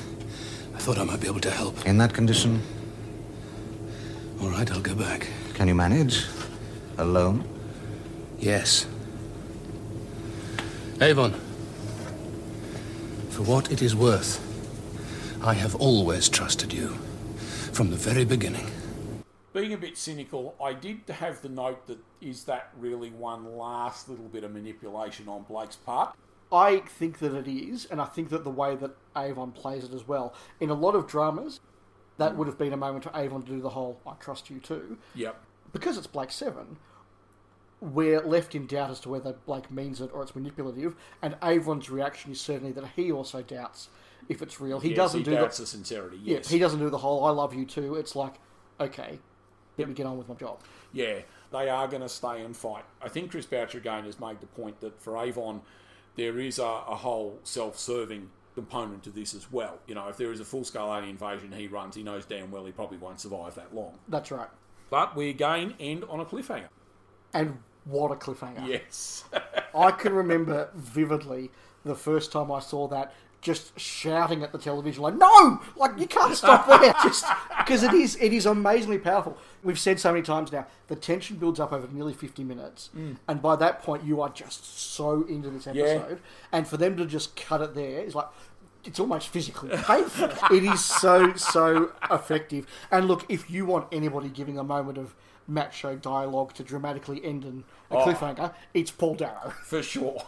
[SPEAKER 9] I thought I might be able to help. In that condition?
[SPEAKER 15] All right, I'll go back.
[SPEAKER 9] Can you manage? Alone?
[SPEAKER 15] Yes. Avon, for what it is worth, I have always trusted you. From the very beginning.
[SPEAKER 4] Being a bit cynical, I did have the note that is that really one last little bit of manipulation on Blake's part?
[SPEAKER 3] I think that it is, and I think that the way that Avon plays it as well. In a lot of dramas, that would have been a moment for Avon to do the whole "I trust you too."
[SPEAKER 4] Yep.
[SPEAKER 3] Because it's Blake Seven, we're left in doubt as to whether Blake means it or it's manipulative, and Avon's reaction is certainly that he also doubts if it's real. He
[SPEAKER 4] Yes,
[SPEAKER 3] doesn't
[SPEAKER 4] he
[SPEAKER 3] do
[SPEAKER 4] doubts
[SPEAKER 3] the,
[SPEAKER 4] the sincerity,
[SPEAKER 3] Yeah,
[SPEAKER 4] yes.
[SPEAKER 3] he doesn't do the whole "I love you too." It's like, okay, let me get on with my job.
[SPEAKER 4] Yeah, they are going to stay and fight. I think Chris Boucher again has made the point that for Avon, there is a, a whole self serving component to this as well. You know, if there is a full scale alien invasion he runs, he knows damn well he probably won't survive that long.
[SPEAKER 3] That's right.
[SPEAKER 4] But we again end on a cliffhanger.
[SPEAKER 3] And what a cliffhanger!
[SPEAKER 4] Yes.
[SPEAKER 3] I can remember vividly the first time I saw that, just shouting at the television like, "No! Like you can't stop there!" Just because it is, it is amazingly powerful. We've said so many times now, the tension builds up over nearly fifty minutes,
[SPEAKER 4] Mm.
[SPEAKER 3] and by that point, you are just so into this
[SPEAKER 4] Yeah.
[SPEAKER 3] episode, and for them to just cut it there is like. It's almost physically painful. it is so, so effective. And look, if you want anybody giving a moment of macho dialogue to dramatically end in a
[SPEAKER 4] Oh.
[SPEAKER 3] cliffhanger, it's Paul Darrow.
[SPEAKER 4] For sure.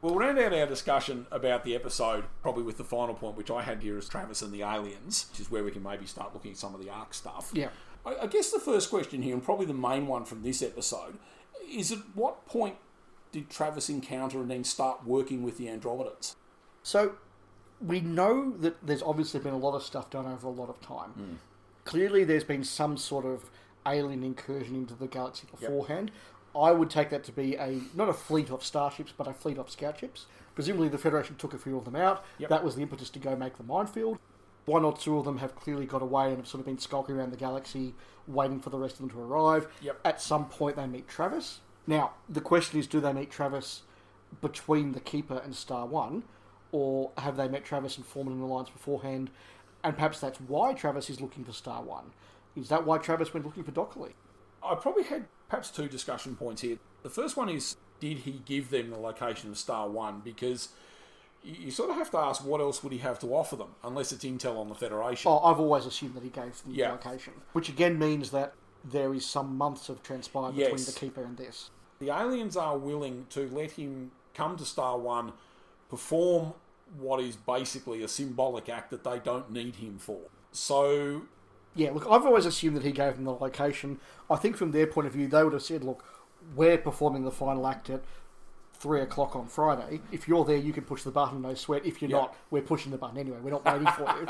[SPEAKER 4] We'll round out our discussion about the episode probably with the final point, which I had here is Travis and the aliens, which is where we can maybe start looking at some of the arc stuff.
[SPEAKER 3] Yeah.
[SPEAKER 4] I, I guess the first question here, and probably the main one from this episode, is at what point did Travis encounter and then start working with the Andromedans?
[SPEAKER 3] So we know that there's obviously been a lot of stuff done over a lot of time. Clearly, there's been some sort of alien incursion into the galaxy beforehand. I would take that to be a not a fleet of starships, but a fleet of scout ships. Presumably, the Federation took a few of them out.
[SPEAKER 4] Yep.
[SPEAKER 3] That was the impetus to go make the minefield. One or two of them have clearly got away and have sort of been skulking around the galaxy, waiting for the rest of them to arrive.
[SPEAKER 4] Yep.
[SPEAKER 3] At some point, they meet Travis. Now, the question is, do they meet Travis between the Keeper and Star One, or have they met Travis and formed an alliance beforehand? And perhaps that's why Travis is looking for Star One. Is that why Travis went looking for Dockley?
[SPEAKER 4] I probably had perhaps two discussion points here. The first one is did he give them the location of Star One? Because you you sort of have to ask what else would he have to offer them unless it's intel on the Federation.
[SPEAKER 3] Oh, I've always assumed that he gave them
[SPEAKER 4] Yeah.
[SPEAKER 3] the location, which again means that there is some months have transpired between
[SPEAKER 4] Yes.
[SPEAKER 3] the Keeper and this.
[SPEAKER 4] The aliens are willing to let him come to Star One, perform what is basically a symbolic act that they don't need him for. So
[SPEAKER 3] Yeah, look, I've always assumed that he gave them the location. I think from their point of view, they would have said, look, we're performing the final act at three o'clock on Friday. If you're there, you can push the button, no sweat. If you're
[SPEAKER 4] Yeah.
[SPEAKER 3] not, we're pushing the button anyway. We're not waiting for you.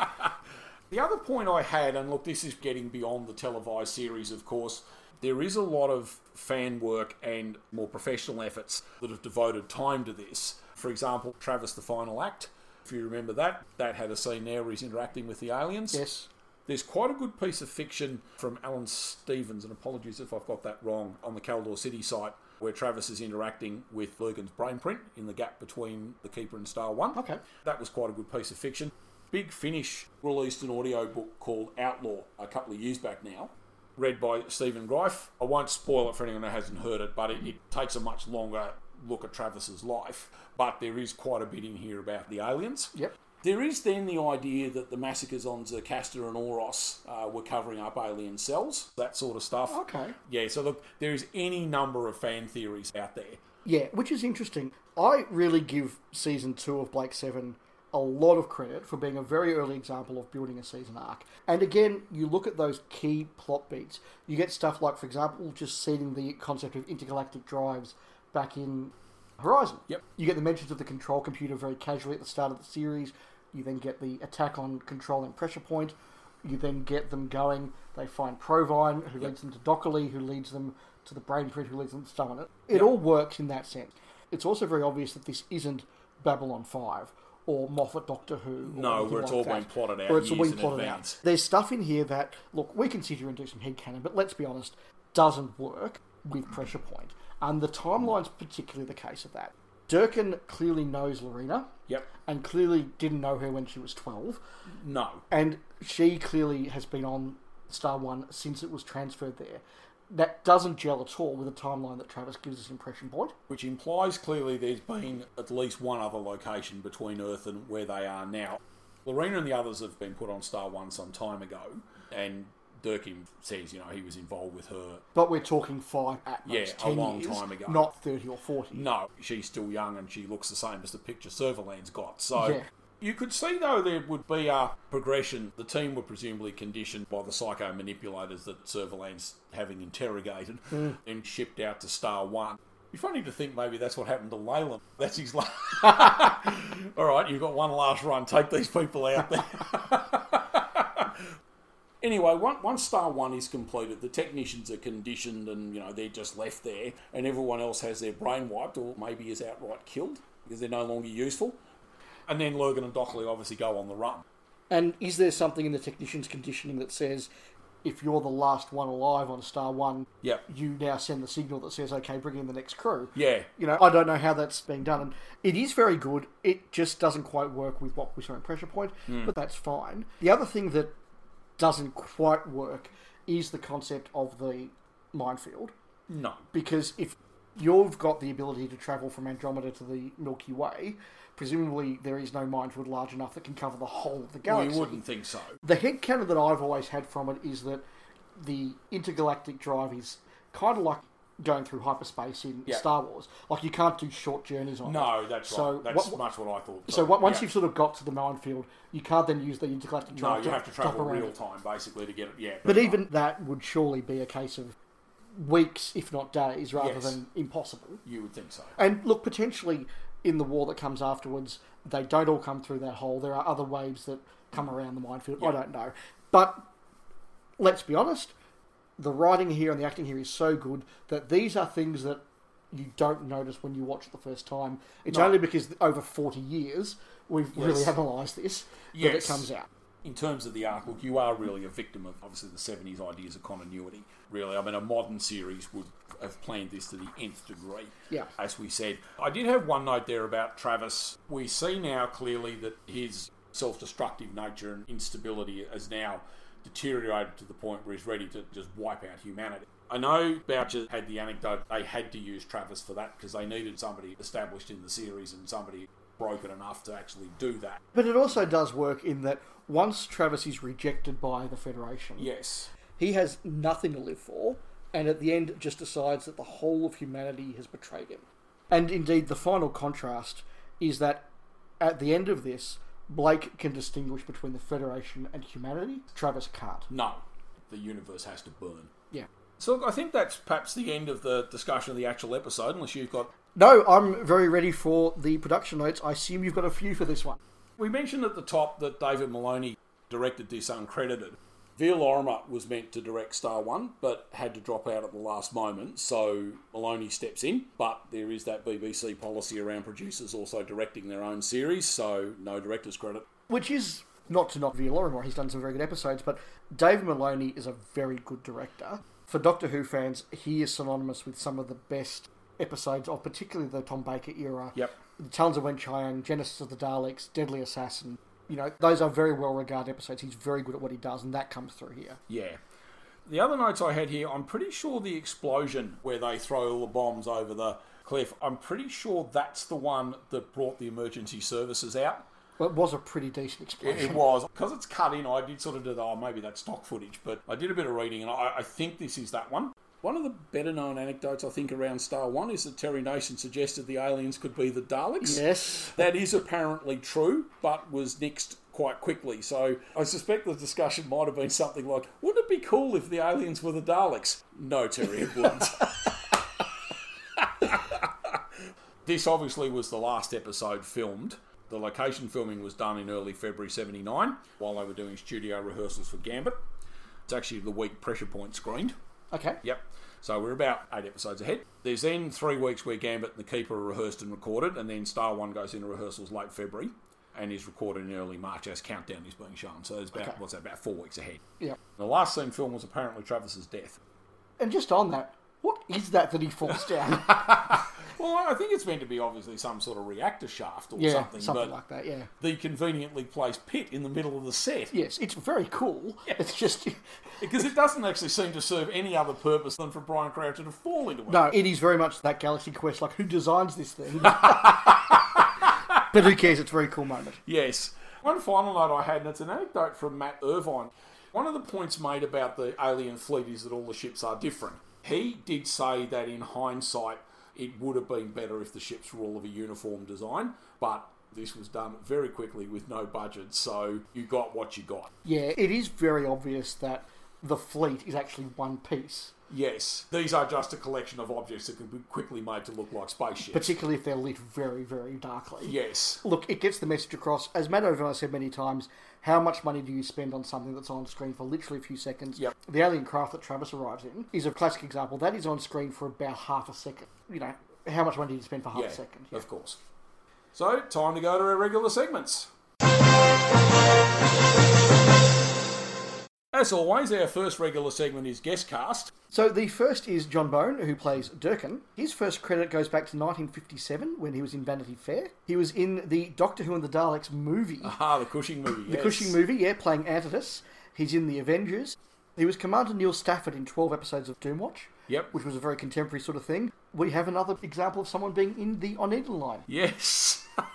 [SPEAKER 4] The other point I had, and look, this is getting beyond the televised series, of course. There is a lot of fan work and more professional efforts that have devoted time to this. For example, Travis the Final Act, if you remember that, that had a scene there where he's interacting with the aliens.
[SPEAKER 3] Yes.
[SPEAKER 4] There's quite a good piece of fiction from Alan Stevens, and apologies if I've got that wrong, on the Caldor City site where Travis is interacting with Lurgan's brain print in the gap between The Keeper and Star One.
[SPEAKER 3] Okay.
[SPEAKER 4] That was quite a good piece of fiction. Big Finish released an audio book called Outlaw a couple of years back now. read by Stephen Greif. I won't spoil it for anyone who hasn't heard it, but it, it takes a much longer look at Travis's life. But there is quite a bit in here about the aliens.
[SPEAKER 3] Yep.
[SPEAKER 4] There is then the idea that the massacres on Zercaster and Oros uh, were covering up alien cells, that sort of stuff.
[SPEAKER 3] Okay.
[SPEAKER 4] Yeah, so look, there is any number of fan theories out there.
[SPEAKER 3] Yeah, which is interesting. I really give season two of Blake Seven a lot of credit for being a very early example of building a season arc. And again, you look at those key plot beats. You get stuff like, for example, just seeing the concept of intergalactic drives back in Horizon.
[SPEAKER 4] Yep.
[SPEAKER 3] You get the mentions of the control computer very casually at the start of the series. You then get the attack on control and pressure point. You then get them going. They find Provine, who leads them to Dockley, who leads them to the brain print, who leads them to Stalin. It, it all works in that sense. It's also very obvious that this isn't Babylon 5 or Moffat Doctor Who. or
[SPEAKER 4] No,
[SPEAKER 3] anything
[SPEAKER 4] where it's
[SPEAKER 3] like
[SPEAKER 4] all
[SPEAKER 3] that,
[SPEAKER 4] been plotted out
[SPEAKER 3] Where it's all
[SPEAKER 4] years
[SPEAKER 3] been
[SPEAKER 4] in
[SPEAKER 3] plotted
[SPEAKER 4] advance.
[SPEAKER 3] out. There's stuff in here that, look, we can sit here and do some headcanon, but let's be honest, doesn't work with Pressure Point. And the timeline's particularly the case of that. Durkin clearly knows Lorena.
[SPEAKER 4] Yep.
[SPEAKER 3] And clearly didn't know her when she was 12.
[SPEAKER 4] No.
[SPEAKER 3] And she clearly has been on Star One since it was transferred there. That doesn't gel at all with the timeline that Travis gives us impression point.
[SPEAKER 4] Which implies clearly there's been at least one other location between Earth and where they are now. Lorena and the others have been put on Star One some time ago, and Durkin says, you know, he was involved with her.
[SPEAKER 3] But we're talking five at most
[SPEAKER 4] Yeah, a
[SPEAKER 3] 10
[SPEAKER 4] long
[SPEAKER 3] years,
[SPEAKER 4] time ago.
[SPEAKER 3] not 30 or 40.
[SPEAKER 4] No, she's still young and she looks the same as the picture Serverland's got. So
[SPEAKER 3] Yeah.
[SPEAKER 4] you could see, though, there would be a progression. The team were presumably conditioned by the psycho manipulators that Serverland's having interrogated
[SPEAKER 3] Mm.
[SPEAKER 4] and shipped out to Star One. Be funny to think maybe that's what happened to Leyland. That's his last. All right, you've got one last run. Take these people out there. Anyway, once, once Star One is completed, the technicians are conditioned and, you know, they're just left there, and everyone else has their brain wiped or maybe is outright killed because they're no longer useful. And then Lurgan and Dockley obviously go on the run.
[SPEAKER 3] And is there something in the technician's conditioning that says if you're the last one alive on Star One,
[SPEAKER 4] Yep.
[SPEAKER 3] you now send the signal that says, okay, bring in the next crew?
[SPEAKER 4] Yeah.
[SPEAKER 3] You know, I don't know how that's been done. And it is very good. It just doesn't quite work with what we saw in Pressure Point,
[SPEAKER 4] Hmm.
[SPEAKER 3] but that's fine. The other thing that doesn't quite work is the concept of the minefield.
[SPEAKER 4] No.
[SPEAKER 3] Because if you've got the ability to travel from Andromeda to the Milky Way, presumably there is no minefield large enough that can cover the whole of the
[SPEAKER 4] We
[SPEAKER 3] galaxy.
[SPEAKER 4] wouldn't think so.
[SPEAKER 3] The headcanon that I've always had from it is that the intergalactic drive is kind of like going through hyperspace in
[SPEAKER 4] Yeah.
[SPEAKER 3] Star Wars. Like you can't do short journeys on it.
[SPEAKER 4] No, that's
[SPEAKER 3] so
[SPEAKER 4] right. That's
[SPEAKER 3] what- what-
[SPEAKER 4] much what I thought.
[SPEAKER 3] so what- once
[SPEAKER 4] yeah.
[SPEAKER 3] you've sort of got to the minefield, you can't then use the intergalactic
[SPEAKER 4] No,
[SPEAKER 3] drive
[SPEAKER 4] you have to travel
[SPEAKER 3] stop around.
[SPEAKER 4] real
[SPEAKER 3] it.
[SPEAKER 4] time, basically, to get it. Yeah.
[SPEAKER 3] But even that would surely be a case of weeks, if not days, rather
[SPEAKER 4] Yes.
[SPEAKER 3] than impossible.
[SPEAKER 4] You would think so.
[SPEAKER 3] And look, potentially in the war that comes afterwards, they don't all come through that hole. There are other waves that come around the minefield. I don't know. But let's be honest, the writing here and the acting here is so good that these are things that you don't notice when you watch it the first time. It's
[SPEAKER 4] No.
[SPEAKER 3] only because over 40 years we've really
[SPEAKER 4] Yes.
[SPEAKER 3] analysed this that it
[SPEAKER 4] Yes.
[SPEAKER 3] comes out.
[SPEAKER 4] In terms of the arc, look, you are really a victim of obviously the 70s ideas of continuity, really. I mean, a modern series would have planned this to the nth degree.
[SPEAKER 3] Yeah.
[SPEAKER 4] As we said. I did have one note there about Travis. We see now clearly that his self destructive nature and instability has now deteriorated to the point where he's ready to just wipe out humanity. I know Boucher had the anecdote they had to use Travis for that because they needed somebody established in the series and somebody broken enough to actually do that.
[SPEAKER 3] But it also does work in that once Travis is rejected by the Federation,
[SPEAKER 4] Yes.
[SPEAKER 3] he has nothing to live for, and at the end just decides that the whole of humanity has betrayed him. And indeed, the final contrast is that at the end of this, Blake can distinguish between the Federation and humanity. Travis can't.
[SPEAKER 4] No, the universe has to burn.
[SPEAKER 3] Yeah.
[SPEAKER 4] So look, I think that's perhaps the end of the discussion of the actual episode, unless you've got.
[SPEAKER 3] No, I'm very ready for the production notes. I assume you've got a few for this one.
[SPEAKER 4] We mentioned at the top that David Maloney directed this uncredited. Veer Lorimer was meant to direct Star One, but had to drop out at the last moment, so Maloney steps in. But there is that BBC policy around producers also directing their own series, so no director's credit.
[SPEAKER 3] Which is not to knock Via Lorimore, he's done some very good episodes, but Dave Maloney is a very good director. For Doctor Who fans, he is synonymous with some of the best episodes of particularly the Tom Baker era.
[SPEAKER 4] Yep.
[SPEAKER 3] The Talons of Wenchian, Genesis of the Daleks, Deadly Assassin. You know, those are very well regarded episodes. He's very good at what he does, and that comes through here.
[SPEAKER 4] Yeah. The other notes I had here, I'm pretty sure the explosion where they throw all the bombs over the cliff, I'm pretty sure that's the one that brought the emergency services out.
[SPEAKER 3] Well, it was a pretty decent
[SPEAKER 4] It,
[SPEAKER 3] explosion.
[SPEAKER 4] it was. Because it's cut in, I did sort of do the, oh, maybe that's stock footage, but I did a bit of reading and I, I think this is that one. One of the better known anecdotes, I think, around Star One is that Terry Nation suggested the aliens could be the Daleks.
[SPEAKER 3] Yes.
[SPEAKER 4] That is apparently true, but was nixed quite quickly. So I suspect the discussion might have been something like, wouldn't it be cool if the aliens were the Daleks? No, Terry, it wouldn't. This obviously was the last episode filmed. The location filming was done in early February 79 while they were doing studio rehearsals for Gambit. It's actually the week Pressure Point screened.
[SPEAKER 3] Okay.
[SPEAKER 4] Yep. So we're about eight episodes ahead. There's then three weeks where Gambit and the Keeper are rehearsed and recorded, and then Star One goes into rehearsals late February and is recorded in early March as Countdown is being shown. So there's about,
[SPEAKER 3] Okay.
[SPEAKER 4] what's that, about four weeks ahead.
[SPEAKER 3] Yeah.
[SPEAKER 4] The last scene filmed was apparently Travis's death.
[SPEAKER 3] And just on that, what is that that he falls down?
[SPEAKER 4] Well, I think it's meant to be obviously some sort of reactor shaft or
[SPEAKER 3] yeah,
[SPEAKER 4] something,
[SPEAKER 3] something,
[SPEAKER 4] but
[SPEAKER 3] like that. Yeah.
[SPEAKER 4] the conveniently placed pit in the middle of the set.
[SPEAKER 3] Yes, it's very cool. It's just
[SPEAKER 4] because it doesn't actually seem to serve any other purpose than for Brian Croucher to fall into it.
[SPEAKER 3] No, it is very much that Galaxy Quest. Like, who designs this thing? but who cares? It's a very cool moment.
[SPEAKER 4] Yes. One final note I had, and it's an anecdote from Matt Irvine. One of the points made about the alien fleet is that all the ships are different. He did say that in hindsight, it would have been better if the ships were all of a uniform design, but this was done very quickly with no budget, so you got what you got.
[SPEAKER 3] Yeah, it is very obvious that the fleet is actually one piece,
[SPEAKER 4] Yes, these are just a collection of objects that can be quickly made to look like spaceships.
[SPEAKER 3] particularly if they're lit very, very darkly.
[SPEAKER 4] Yes.
[SPEAKER 3] Look, it gets the message across. As Matt Overton has said many times, how much money do you spend on something that's on screen for literally a few seconds?
[SPEAKER 4] Yep.
[SPEAKER 3] The alien craft that Travis arrives in is a classic example. That is on screen for about half a second. You know, how much money do you spend for half
[SPEAKER 4] Yeah,
[SPEAKER 3] a second?
[SPEAKER 4] of course. So, time to go to our regular segments. As always, our first regular segment is guest cast.
[SPEAKER 3] So the first is John Bone, who plays Durkin. His first credit goes back to 1957 when he was in Vanity Fair. He was in the Doctor Who and the Daleks movie,
[SPEAKER 4] Ah, the Cushing movie.
[SPEAKER 3] the
[SPEAKER 4] yes.
[SPEAKER 3] Cushing movie, yeah, playing Antidus. He's in the Avengers. He was Commander Neil Stafford in 12 episodes of Doomwatch,
[SPEAKER 4] Yep.
[SPEAKER 3] which was a very contemporary sort of thing. We have another example of someone being in the On Eden line.
[SPEAKER 4] Yes.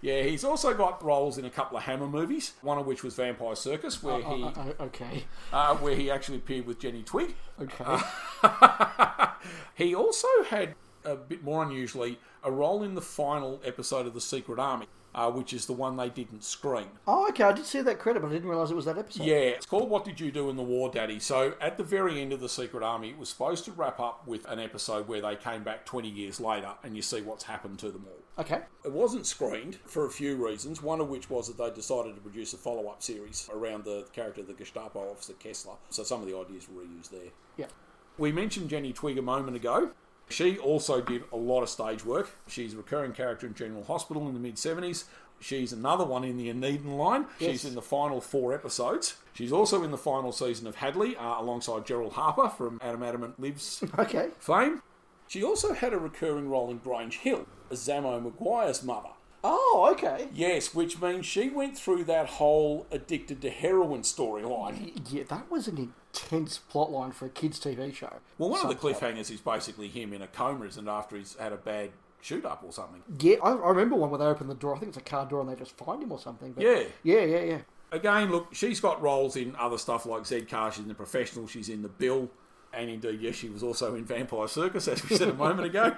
[SPEAKER 4] yeah, he's also got roles in a couple of Hammer movies. One of which was Vampire Circus, where
[SPEAKER 3] Oh,
[SPEAKER 4] he
[SPEAKER 3] oh, oh, okay.
[SPEAKER 4] uh, where he actually appeared with Jenny Twig.
[SPEAKER 3] Okay.
[SPEAKER 4] Ah. He also had a bit more unusually a role in the final episode of the Secret Army, uh, which is the one they didn't screen.
[SPEAKER 3] Oh, okay. I did see that credit, but I didn't realise it was that episode.
[SPEAKER 4] Yeah, it's called What Did You Do in the War, Daddy? So, at the very end of the Secret Army, it was supposed to wrap up with an episode where they came back 20 years later and you see what's happened to them all.
[SPEAKER 3] Okay.
[SPEAKER 4] It wasn't screened for a few reasons, one of which was that they decided to produce a follow up series around the character of the Gestapo officer Kessler. So, some of the ideas were reused there.
[SPEAKER 3] Yeah.
[SPEAKER 4] We mentioned Jenny Twig a moment ago. She also did a lot of stage work. She's a recurring character in General Hospital in the mid 70s. She's another one in the Anedon line.
[SPEAKER 3] Yes.
[SPEAKER 4] She's in the final four episodes. She's also in the final season of Hadley uh, alongside Gerald Harper from Adam Adamant Lives
[SPEAKER 3] Okay.
[SPEAKER 4] fame. She also had a recurring role in Grange Hill as Zamo Maguire's mother.
[SPEAKER 3] Oh, okay.
[SPEAKER 4] Yes, which means she went through that whole addicted to heroin storyline.
[SPEAKER 3] Yeah, that was an intense plotline for a kids' TV show.
[SPEAKER 4] Well, one of the
[SPEAKER 3] Subplot.
[SPEAKER 4] cliffhangers is basically him in a coma, isn't it, after he's had a bad shoot up or something.
[SPEAKER 3] Yeah, I, I remember one where they open the door. I think it's a car door, and they just find him or something. But
[SPEAKER 4] Yeah.
[SPEAKER 3] yeah, yeah, yeah.
[SPEAKER 4] Again, look, she's got roles in other stuff like Z Car, she's in The Professional, she's in The Bill, and indeed, yes, she was also in Vampire Circus, as we said a moment ago.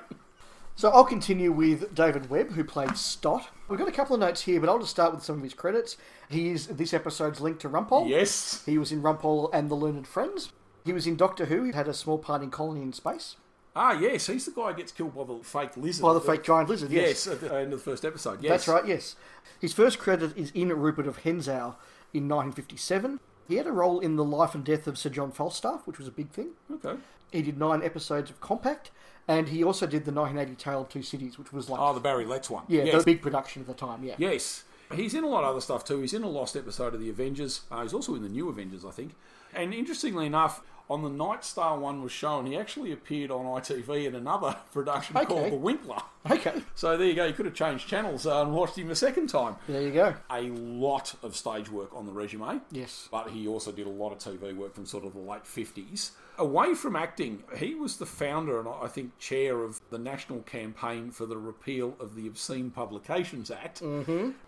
[SPEAKER 3] So I'll continue with David Webb, who played Stott. We've got a couple of notes here, but I'll just start with some of his credits. He is this episode's link to Rumpole.
[SPEAKER 4] Yes.
[SPEAKER 3] He was in Rumpole and the Learned Friends. He was in Doctor Who. He had a small part in Colony in Space.
[SPEAKER 4] Ah, yes, he's the guy who gets killed by the fake lizard.
[SPEAKER 3] By the fake giant lizard, yes.
[SPEAKER 4] at the end of the first episode, yes.
[SPEAKER 3] That's right, yes. His first credit is in Rupert of Hensau in 1957. He had a role in The Life and Death of Sir John Falstaff, which was a big thing.
[SPEAKER 4] Okay.
[SPEAKER 3] He did nine episodes of Compact, and he also did the 1980 Tale of Two Cities, which was like
[SPEAKER 4] Oh, the Barry Letts one.
[SPEAKER 3] yeah,
[SPEAKER 4] yes.
[SPEAKER 3] the big production of the time. Yeah,
[SPEAKER 4] Yes. He's in a lot of other stuff too. He's in a lost episode of The Avengers. Uh, he's also in the new Avengers, I think. And interestingly enough, on the Night Star one was shown, he actually appeared on ITV in another production
[SPEAKER 3] Okay.
[SPEAKER 4] called The Winkler.
[SPEAKER 3] Okay.
[SPEAKER 4] So there you go. You could have changed channels uh, and watched him a second time.
[SPEAKER 3] There you go.
[SPEAKER 4] A lot of stage work on the resume.
[SPEAKER 3] Yes.
[SPEAKER 4] But he also did a lot of TV work from sort of the late 50s. Away from acting, he was the founder and I think chair of the national campaign for the repeal of the Obscene Publications Act,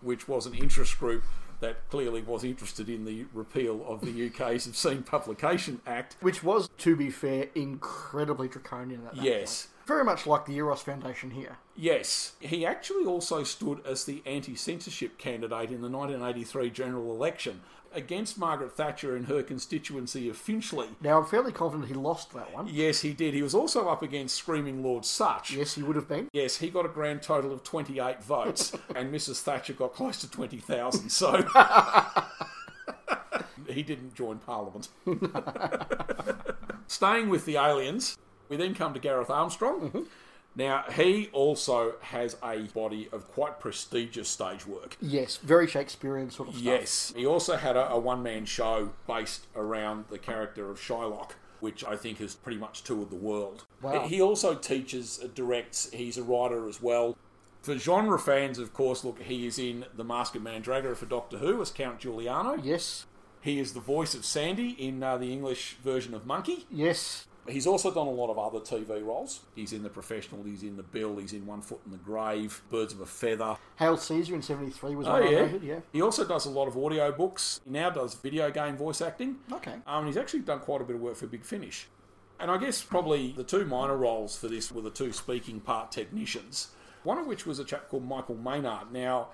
[SPEAKER 4] which was an interest group that clearly was interested in the repeal of the UK's Obscene Publication Act.
[SPEAKER 3] Which was, to be fair, incredibly draconian at that
[SPEAKER 4] Yes.
[SPEAKER 3] point. Very much like the Eros Foundation here.
[SPEAKER 4] Yes, he actually also stood as the anti censorship candidate in the 1983 general election against Margaret Thatcher in her constituency of Finchley.
[SPEAKER 3] Now, I'm fairly confident he lost that one.
[SPEAKER 4] Yes, he did. He was also up against Screaming Lord Such.
[SPEAKER 3] Yes, he would have been.
[SPEAKER 4] Yes, he got a grand total of 28 votes, and Mrs. Thatcher got close to 20,000, so. he didn't join Parliament. Staying with the aliens, we then come to Gareth Armstrong. Now, he also has a body of quite prestigious stage work.
[SPEAKER 3] Yes, very Shakespearean sort of stuff.
[SPEAKER 4] Yes. He also had a, a one man show based around the character of Shylock, which I think has pretty much toured the world.
[SPEAKER 3] Wow.
[SPEAKER 4] He also teaches, uh, directs, he's a writer as well. For genre fans, of course, look, he is in The Mask of Mandragora for Doctor Who as Count Giuliano.
[SPEAKER 3] Yes.
[SPEAKER 4] He is the voice of Sandy in uh, the English version of Monkey.
[SPEAKER 3] Yes.
[SPEAKER 4] He's also done a lot of other TV roles. He's in The Professional, he's in The Bill, he's in One Foot in the Grave, Birds of a Feather.
[SPEAKER 3] Hail Caesar in 73 was
[SPEAKER 4] Oh,
[SPEAKER 3] one I
[SPEAKER 4] yeah.
[SPEAKER 3] rated, yeah.
[SPEAKER 4] He also does a lot of audio books. He now does video game voice acting.
[SPEAKER 3] Okay.
[SPEAKER 4] Um, he's actually done quite a bit of work for Big Finish. And I guess probably the two minor roles for this were the two speaking part technicians, one of which was a chap called Michael Maynard. Now,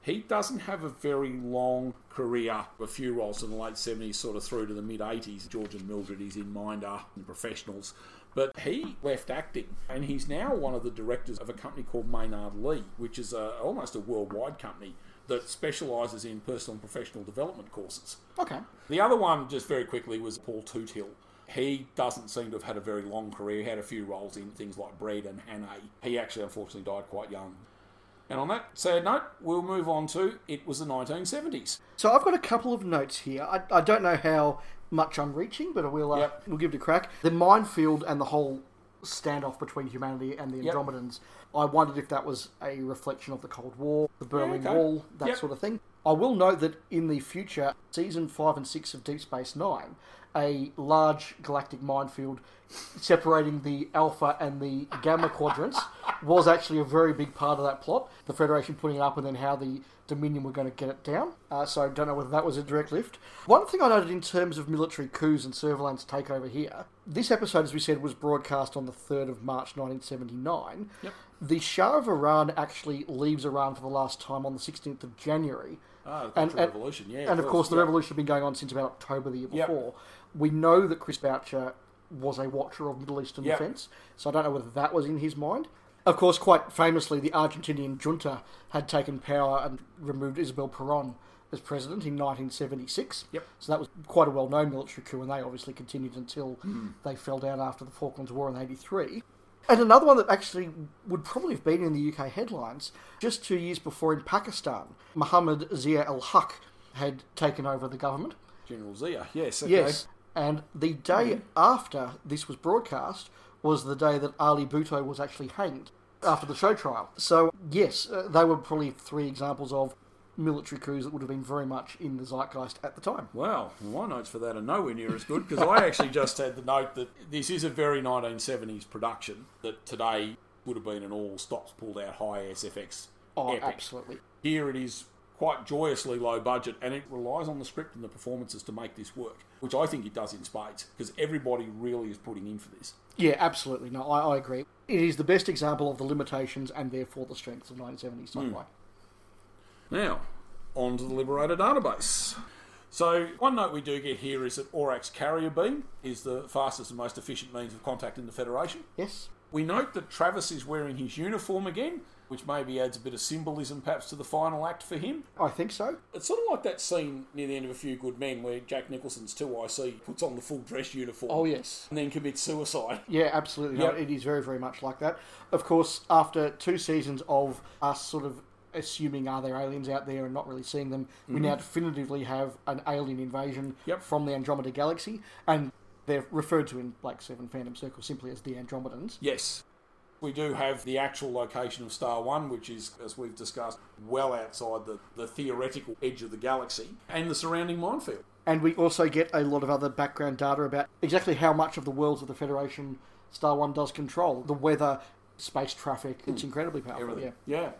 [SPEAKER 4] he doesn't have a very long career. A few roles in the late 70s, sort of through to the mid 80s. George and Mildred, he's in Minder and Professionals. But he left acting and he's now one of the directors of a company called Maynard Lee, which is a, almost a worldwide company that specialises in personal and professional development courses.
[SPEAKER 3] Okay.
[SPEAKER 4] The other one, just very quickly, was Paul Tootill. He doesn't seem to have had a very long career. He had a few roles in things like Bread and Hannah. He actually, unfortunately, died quite young. And on that sad note, we'll move on to It Was the 1970s.
[SPEAKER 3] So I've got a couple of notes here. I, I don't know how much I'm reaching, but I will uh,
[SPEAKER 4] Yep.
[SPEAKER 3] we'll give it a crack. The minefield and the whole standoff between humanity and the
[SPEAKER 4] Yep.
[SPEAKER 3] Andromedans. I wondered if that was a reflection of the Cold War, the Berlin
[SPEAKER 4] okay.
[SPEAKER 3] Wall, that
[SPEAKER 4] Yep.
[SPEAKER 3] sort of thing. I will note that in the future, season five and six of Deep Space Nine, a large galactic minefield separating the Alpha and the Gamma quadrants was actually a very big part of that plot. The Federation putting it up and then how the Dominion were going to get it down. Uh, so I don't know whether that was a direct lift. One thing I noted in terms of military coups and Serverland's takeover here, this episode, as we said, was broadcast on the 3rd of March 1979. The Shah of Iran actually leaves Iran for the last time on the 16th of January.
[SPEAKER 4] Ah, the Cultural Revolution, yeah,
[SPEAKER 3] And of course, the
[SPEAKER 4] yeah.
[SPEAKER 3] revolution had been going on since about October the year
[SPEAKER 4] Yep.
[SPEAKER 3] before. We know that Chris Boucher was a watcher of Middle Eastern
[SPEAKER 4] Yep.
[SPEAKER 3] defence, so I don't know whether that was in his mind. Of course, quite famously, the Argentinian junta had taken power and removed Isabel Perón as president in 1976. Yep. So that was quite a well known military coup, and they obviously continued until
[SPEAKER 17] Hmm.
[SPEAKER 3] they fell down after the Falklands War in 83. And another one that actually would probably have been in the UK headlines just two years before in Pakistan, Muhammad Zia ul Haq had taken over the government.
[SPEAKER 4] General Zia, yes, okay.
[SPEAKER 3] Yes. And the day after this was broadcast was the day that Ali Bhutto was actually hanged after the show trial. So, yes, uh, they were probably three examples of military coups that would have been very much in the zeitgeist at the time.
[SPEAKER 4] Wow, my notes for that are nowhere near as good because I actually just had the note that this is a very 1970s production that today would have been an all stops pulled out high SFX
[SPEAKER 3] Oh,
[SPEAKER 4] epic.
[SPEAKER 3] absolutely.
[SPEAKER 4] Here it is quite joyously low budget and it relies on the script and the performances to make this work, which I think it does in spades because everybody really is putting in for this.
[SPEAKER 3] Yeah, absolutely. No, I, I agree. It is the best example of the limitations and therefore the strengths of 1970s sci-fi.
[SPEAKER 4] Now, on to the Liberator database. So, one note we do get here is that Aurak's carrier beam is the fastest and most efficient means of contacting the Federation.
[SPEAKER 3] Yes.
[SPEAKER 4] We note that Travis is wearing his uniform again, which maybe adds a bit of symbolism perhaps to the final act for him.
[SPEAKER 3] I think so.
[SPEAKER 4] It's sort of like that scene near the end of A Few Good Men where Jack Nicholson's 2IC puts on the full dress uniform.
[SPEAKER 3] Oh, yes.
[SPEAKER 4] And then commits suicide.
[SPEAKER 3] Yeah, absolutely. No,
[SPEAKER 4] Yep.
[SPEAKER 3] it is very, very much like that. Of course, after two seasons of us sort of assuming are there aliens out there and not really seeing them, we
[SPEAKER 4] Mhm.
[SPEAKER 3] now definitively have an alien invasion from the Andromeda Galaxy. And They're referred to in Black Seven Phantom Circle simply as the Andromedans.
[SPEAKER 4] Yes. We do have the actual location of Star One, which is, as we've discussed, well outside the, the theoretical edge of the galaxy and the surrounding minefield.
[SPEAKER 3] And we also get a lot of other background data about exactly how much of the worlds of the Federation Star One does control the weather, space traffic. It's incredibly powerful.
[SPEAKER 4] Hmm. Everything.
[SPEAKER 3] Yeah.
[SPEAKER 4] yeah.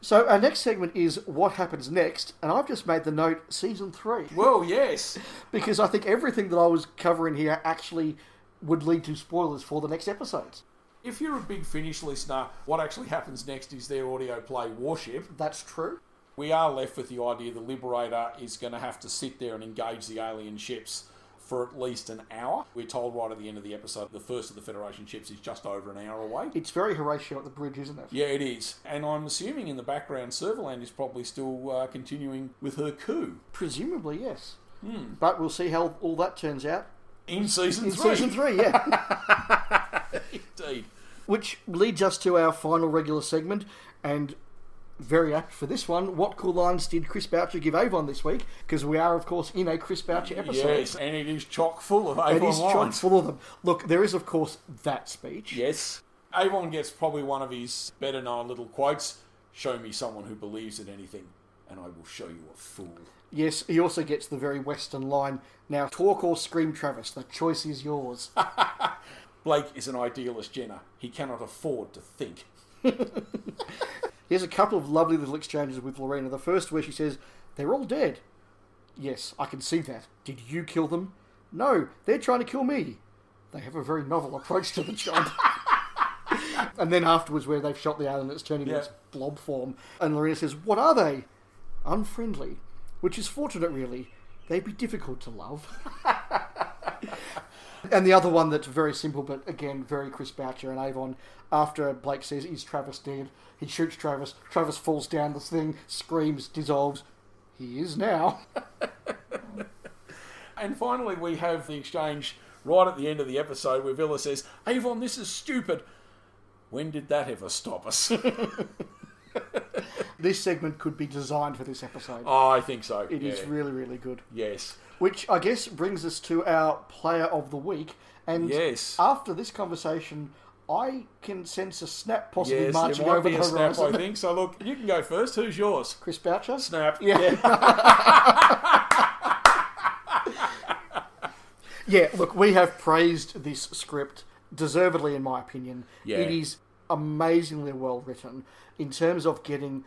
[SPEAKER 3] So our next segment is what happens next, and I've just made the note season three.
[SPEAKER 4] Whoa, yes.
[SPEAKER 3] because I think everything that I was covering here actually would lead to spoilers for the next episodes.
[SPEAKER 4] If you're a big Finnish listener, what actually happens next is their audio play Warship.
[SPEAKER 3] That's true.
[SPEAKER 4] We are left with the idea the Liberator is going to have to sit there and engage the alien ships for at least an hour. We're told right at the end of the episode the first of the Federation ships is just over an hour away.
[SPEAKER 3] It's very Horatio at the bridge, isn't it?
[SPEAKER 4] Yeah, it is. And I'm assuming in the background, Serverland is probably still uh, continuing with her coup.
[SPEAKER 3] Presumably, yes. But we'll see how all that turns out.
[SPEAKER 4] In season
[SPEAKER 3] In
[SPEAKER 4] Hmm. three.
[SPEAKER 3] season three, yeah.
[SPEAKER 4] Indeed.
[SPEAKER 3] Which leads us to our final regular segment, and very apt for this one. What cool lines did Chris Boucher give Avon this week? Because we are, of course, in a Chris Boucher episode.
[SPEAKER 4] Yes, and it is chock full of Avon
[SPEAKER 3] it is chock
[SPEAKER 4] lines.
[SPEAKER 3] full of them. Look, there is, of course, that speech.
[SPEAKER 4] Yes. Avon gets probably one of his better known little quotes Show me someone who believes in anything, and I will show you a fool.
[SPEAKER 3] Yes, he also gets the very Western line. Now, talk or scream, Travis. The choice is yours.
[SPEAKER 4] Blake is an idealist, Jenner. He cannot afford to think.
[SPEAKER 3] Here's a couple of lovely little exchanges with Lorena. The first where she says, They're all dead. Yes, I can see that. Did you kill them? No, they're trying to kill me. They have a very novel approach to the job. and then afterwards, where they've shot the alien, it's turning into
[SPEAKER 4] Yeah.
[SPEAKER 3] its blob form. And Lorena says, What are they? Unfriendly. Which is fortunate, really. They'd be difficult to love. And the other one that's very simple, but again, very Chris Boucher and Avon. After Blake says, Is Travis dead? He shoots Travis. Travis falls down the thing, screams, dissolves. He is now.
[SPEAKER 4] And finally, we have the exchange right at the end of the episode where Villa says, Avon, this is stupid. When did that ever stop us?
[SPEAKER 3] This segment could be designed for this episode.
[SPEAKER 4] oh, I think so.
[SPEAKER 3] It is
[SPEAKER 4] Yeah.
[SPEAKER 3] really, really good.
[SPEAKER 4] Yes.
[SPEAKER 3] Which I guess brings us to our player of the week. And
[SPEAKER 4] Yes.
[SPEAKER 3] after this conversation, I can sense a snap possibly
[SPEAKER 4] yes,
[SPEAKER 3] marching
[SPEAKER 4] there might
[SPEAKER 3] over
[SPEAKER 4] be
[SPEAKER 3] the
[SPEAKER 4] a snap,
[SPEAKER 3] horizon.
[SPEAKER 4] I think. So, look, you can go first. Who's yours?
[SPEAKER 3] Chris Boucher?
[SPEAKER 4] Snap.
[SPEAKER 3] Yeah. Yeah, look, we have praised this script deservedly, in my opinion.
[SPEAKER 4] Yeah.
[SPEAKER 3] It is amazingly well written in terms of getting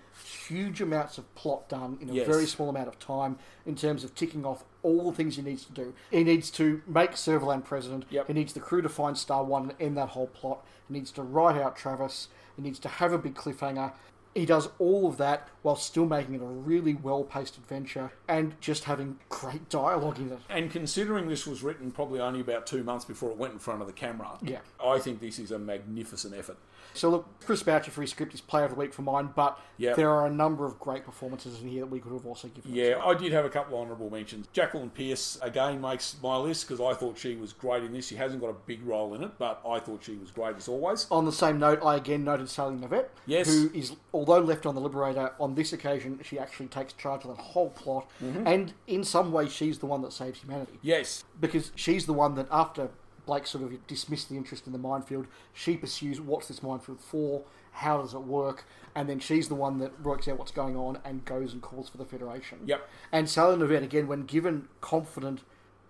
[SPEAKER 3] huge amounts of plot done in a
[SPEAKER 4] Yes.
[SPEAKER 3] very small amount of time, in terms of ticking off all the things he needs to do. He needs to make Serverland president,
[SPEAKER 4] Yep.
[SPEAKER 3] he needs the crew to find Star One and end that whole plot, he needs to write out Travis, he needs to have a big cliffhanger. He does all of that while still making it a really well paced adventure and just having great dialogue in it.
[SPEAKER 4] And considering this was written probably only about two months before it went in front of the camera,
[SPEAKER 3] Yeah.
[SPEAKER 4] I think this is a magnificent effort.
[SPEAKER 3] So look, Chris Boucher for his script is player of the week for mine, but
[SPEAKER 4] Yep.
[SPEAKER 3] there are a number of great performances in here that we could have also given.
[SPEAKER 4] Yeah, I did have a couple of honourable mentions. Jacqueline Pierce again makes my list because I thought she was great in this. She hasn't got a big role in it, but I thought she was great as always.
[SPEAKER 3] On the same note, I again noted Sally Navette,
[SPEAKER 4] Yes.
[SPEAKER 3] who is, although left on the Liberator, on this occasion she actually takes charge of the whole plot,
[SPEAKER 4] Mm-hmm.
[SPEAKER 3] and in some ways she's the one that saves humanity
[SPEAKER 4] Yes,
[SPEAKER 3] because she's the one that after Blake sort of dismissed the interest in the minefield, she pursues what's this minefield for, how does it work, and then she's the one that works out what's going on and goes and calls for the Federation.
[SPEAKER 4] Yep.
[SPEAKER 3] And Sally Nevette, again, when given confident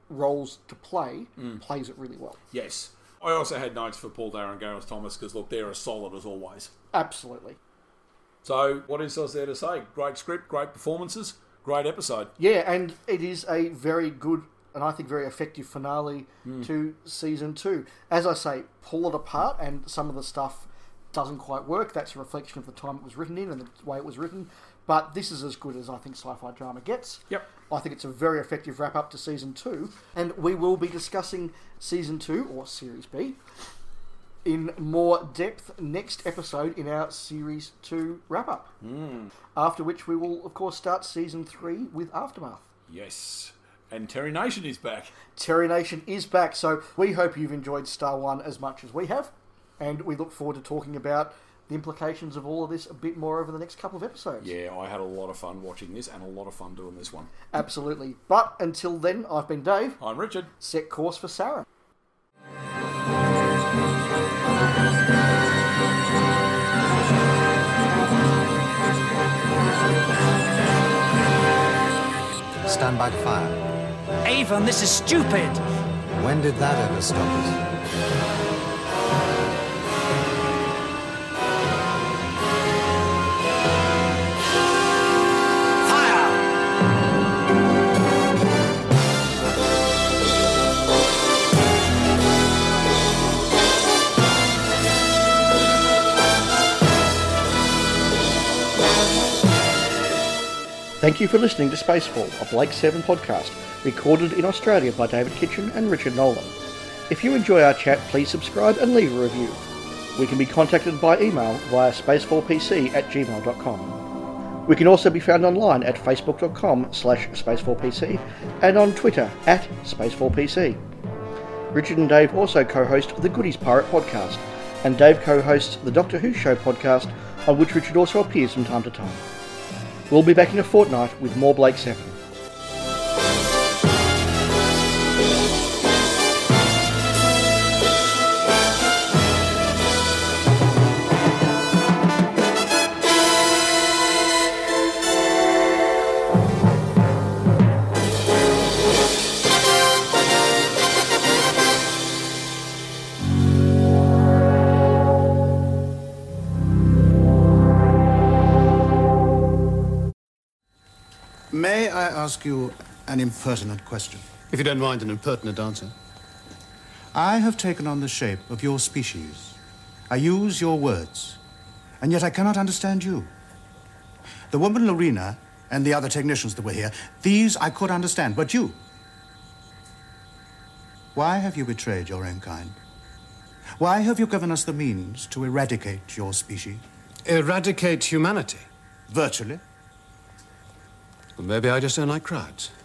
[SPEAKER 3] roles to play,
[SPEAKER 4] Mm.
[SPEAKER 3] plays it really well.
[SPEAKER 4] yes. I also had notes for Paul Darren Gareth Thomas because, look, they're as solid as always.
[SPEAKER 3] Absolutely.
[SPEAKER 4] So, what else is there to say? Great script, great performances, great episode.
[SPEAKER 3] Yeah, and it is a very good and I think very effective finale to season two. As I say, pull it apart, and some of the stuff doesn't quite work. That's a reflection of the time it was written in and the way it was written. But this is as good as I think sci-fi drama gets.
[SPEAKER 4] Yep.
[SPEAKER 3] I think it's a very effective wrap up to season two, and we will be discussing season two or series B in more depth next episode in our series two wrap up. After which we will, of course, start season three with Aftermath.
[SPEAKER 4] Yes. And Terry Nation is back.
[SPEAKER 3] Terry Nation is back, so we hope you've enjoyed Star One as much as we have, and we look forward to talking about
[SPEAKER 18] the implications of all of this a bit more over the next couple of episodes.
[SPEAKER 4] Yeah, I had a lot of fun watching this and a lot of fun doing this one.
[SPEAKER 18] Absolutely. But until then, I've been Dave.
[SPEAKER 4] I'm Richard.
[SPEAKER 18] Set course for Sarah.
[SPEAKER 19] Stand by the fire.
[SPEAKER 7] Avon, this is stupid.
[SPEAKER 19] When did that ever stop us?
[SPEAKER 3] Thank you for listening to Spacefall, a Blake 7 podcast, recorded in Australia by David Kitchen and Richard Nolan. If you enjoy our chat, please subscribe and leave a review. We can be contacted by email via spacefallpc at gmail.com. We can also be found online at facebook.com slash spacefallpc and on Twitter at spacefallpc. Richard and Dave also co-host the Goodies Pirate podcast, and Dave co-hosts the Doctor Who Show podcast, on which Richard also appears from time to time. We'll be back in a fortnight with more Blake 7.
[SPEAKER 9] May I ask you an impertinent question? If you don't mind an impertinent answer. I have taken on the shape of your species. I use your words, and yet I cannot understand you. The woman Lorena and the other technicians that were here, these I could understand, but you. Why have you betrayed your own kind? Why have you given us the means to eradicate your species? Eradicate humanity? Virtually. Well, maybe I just don't like crowds.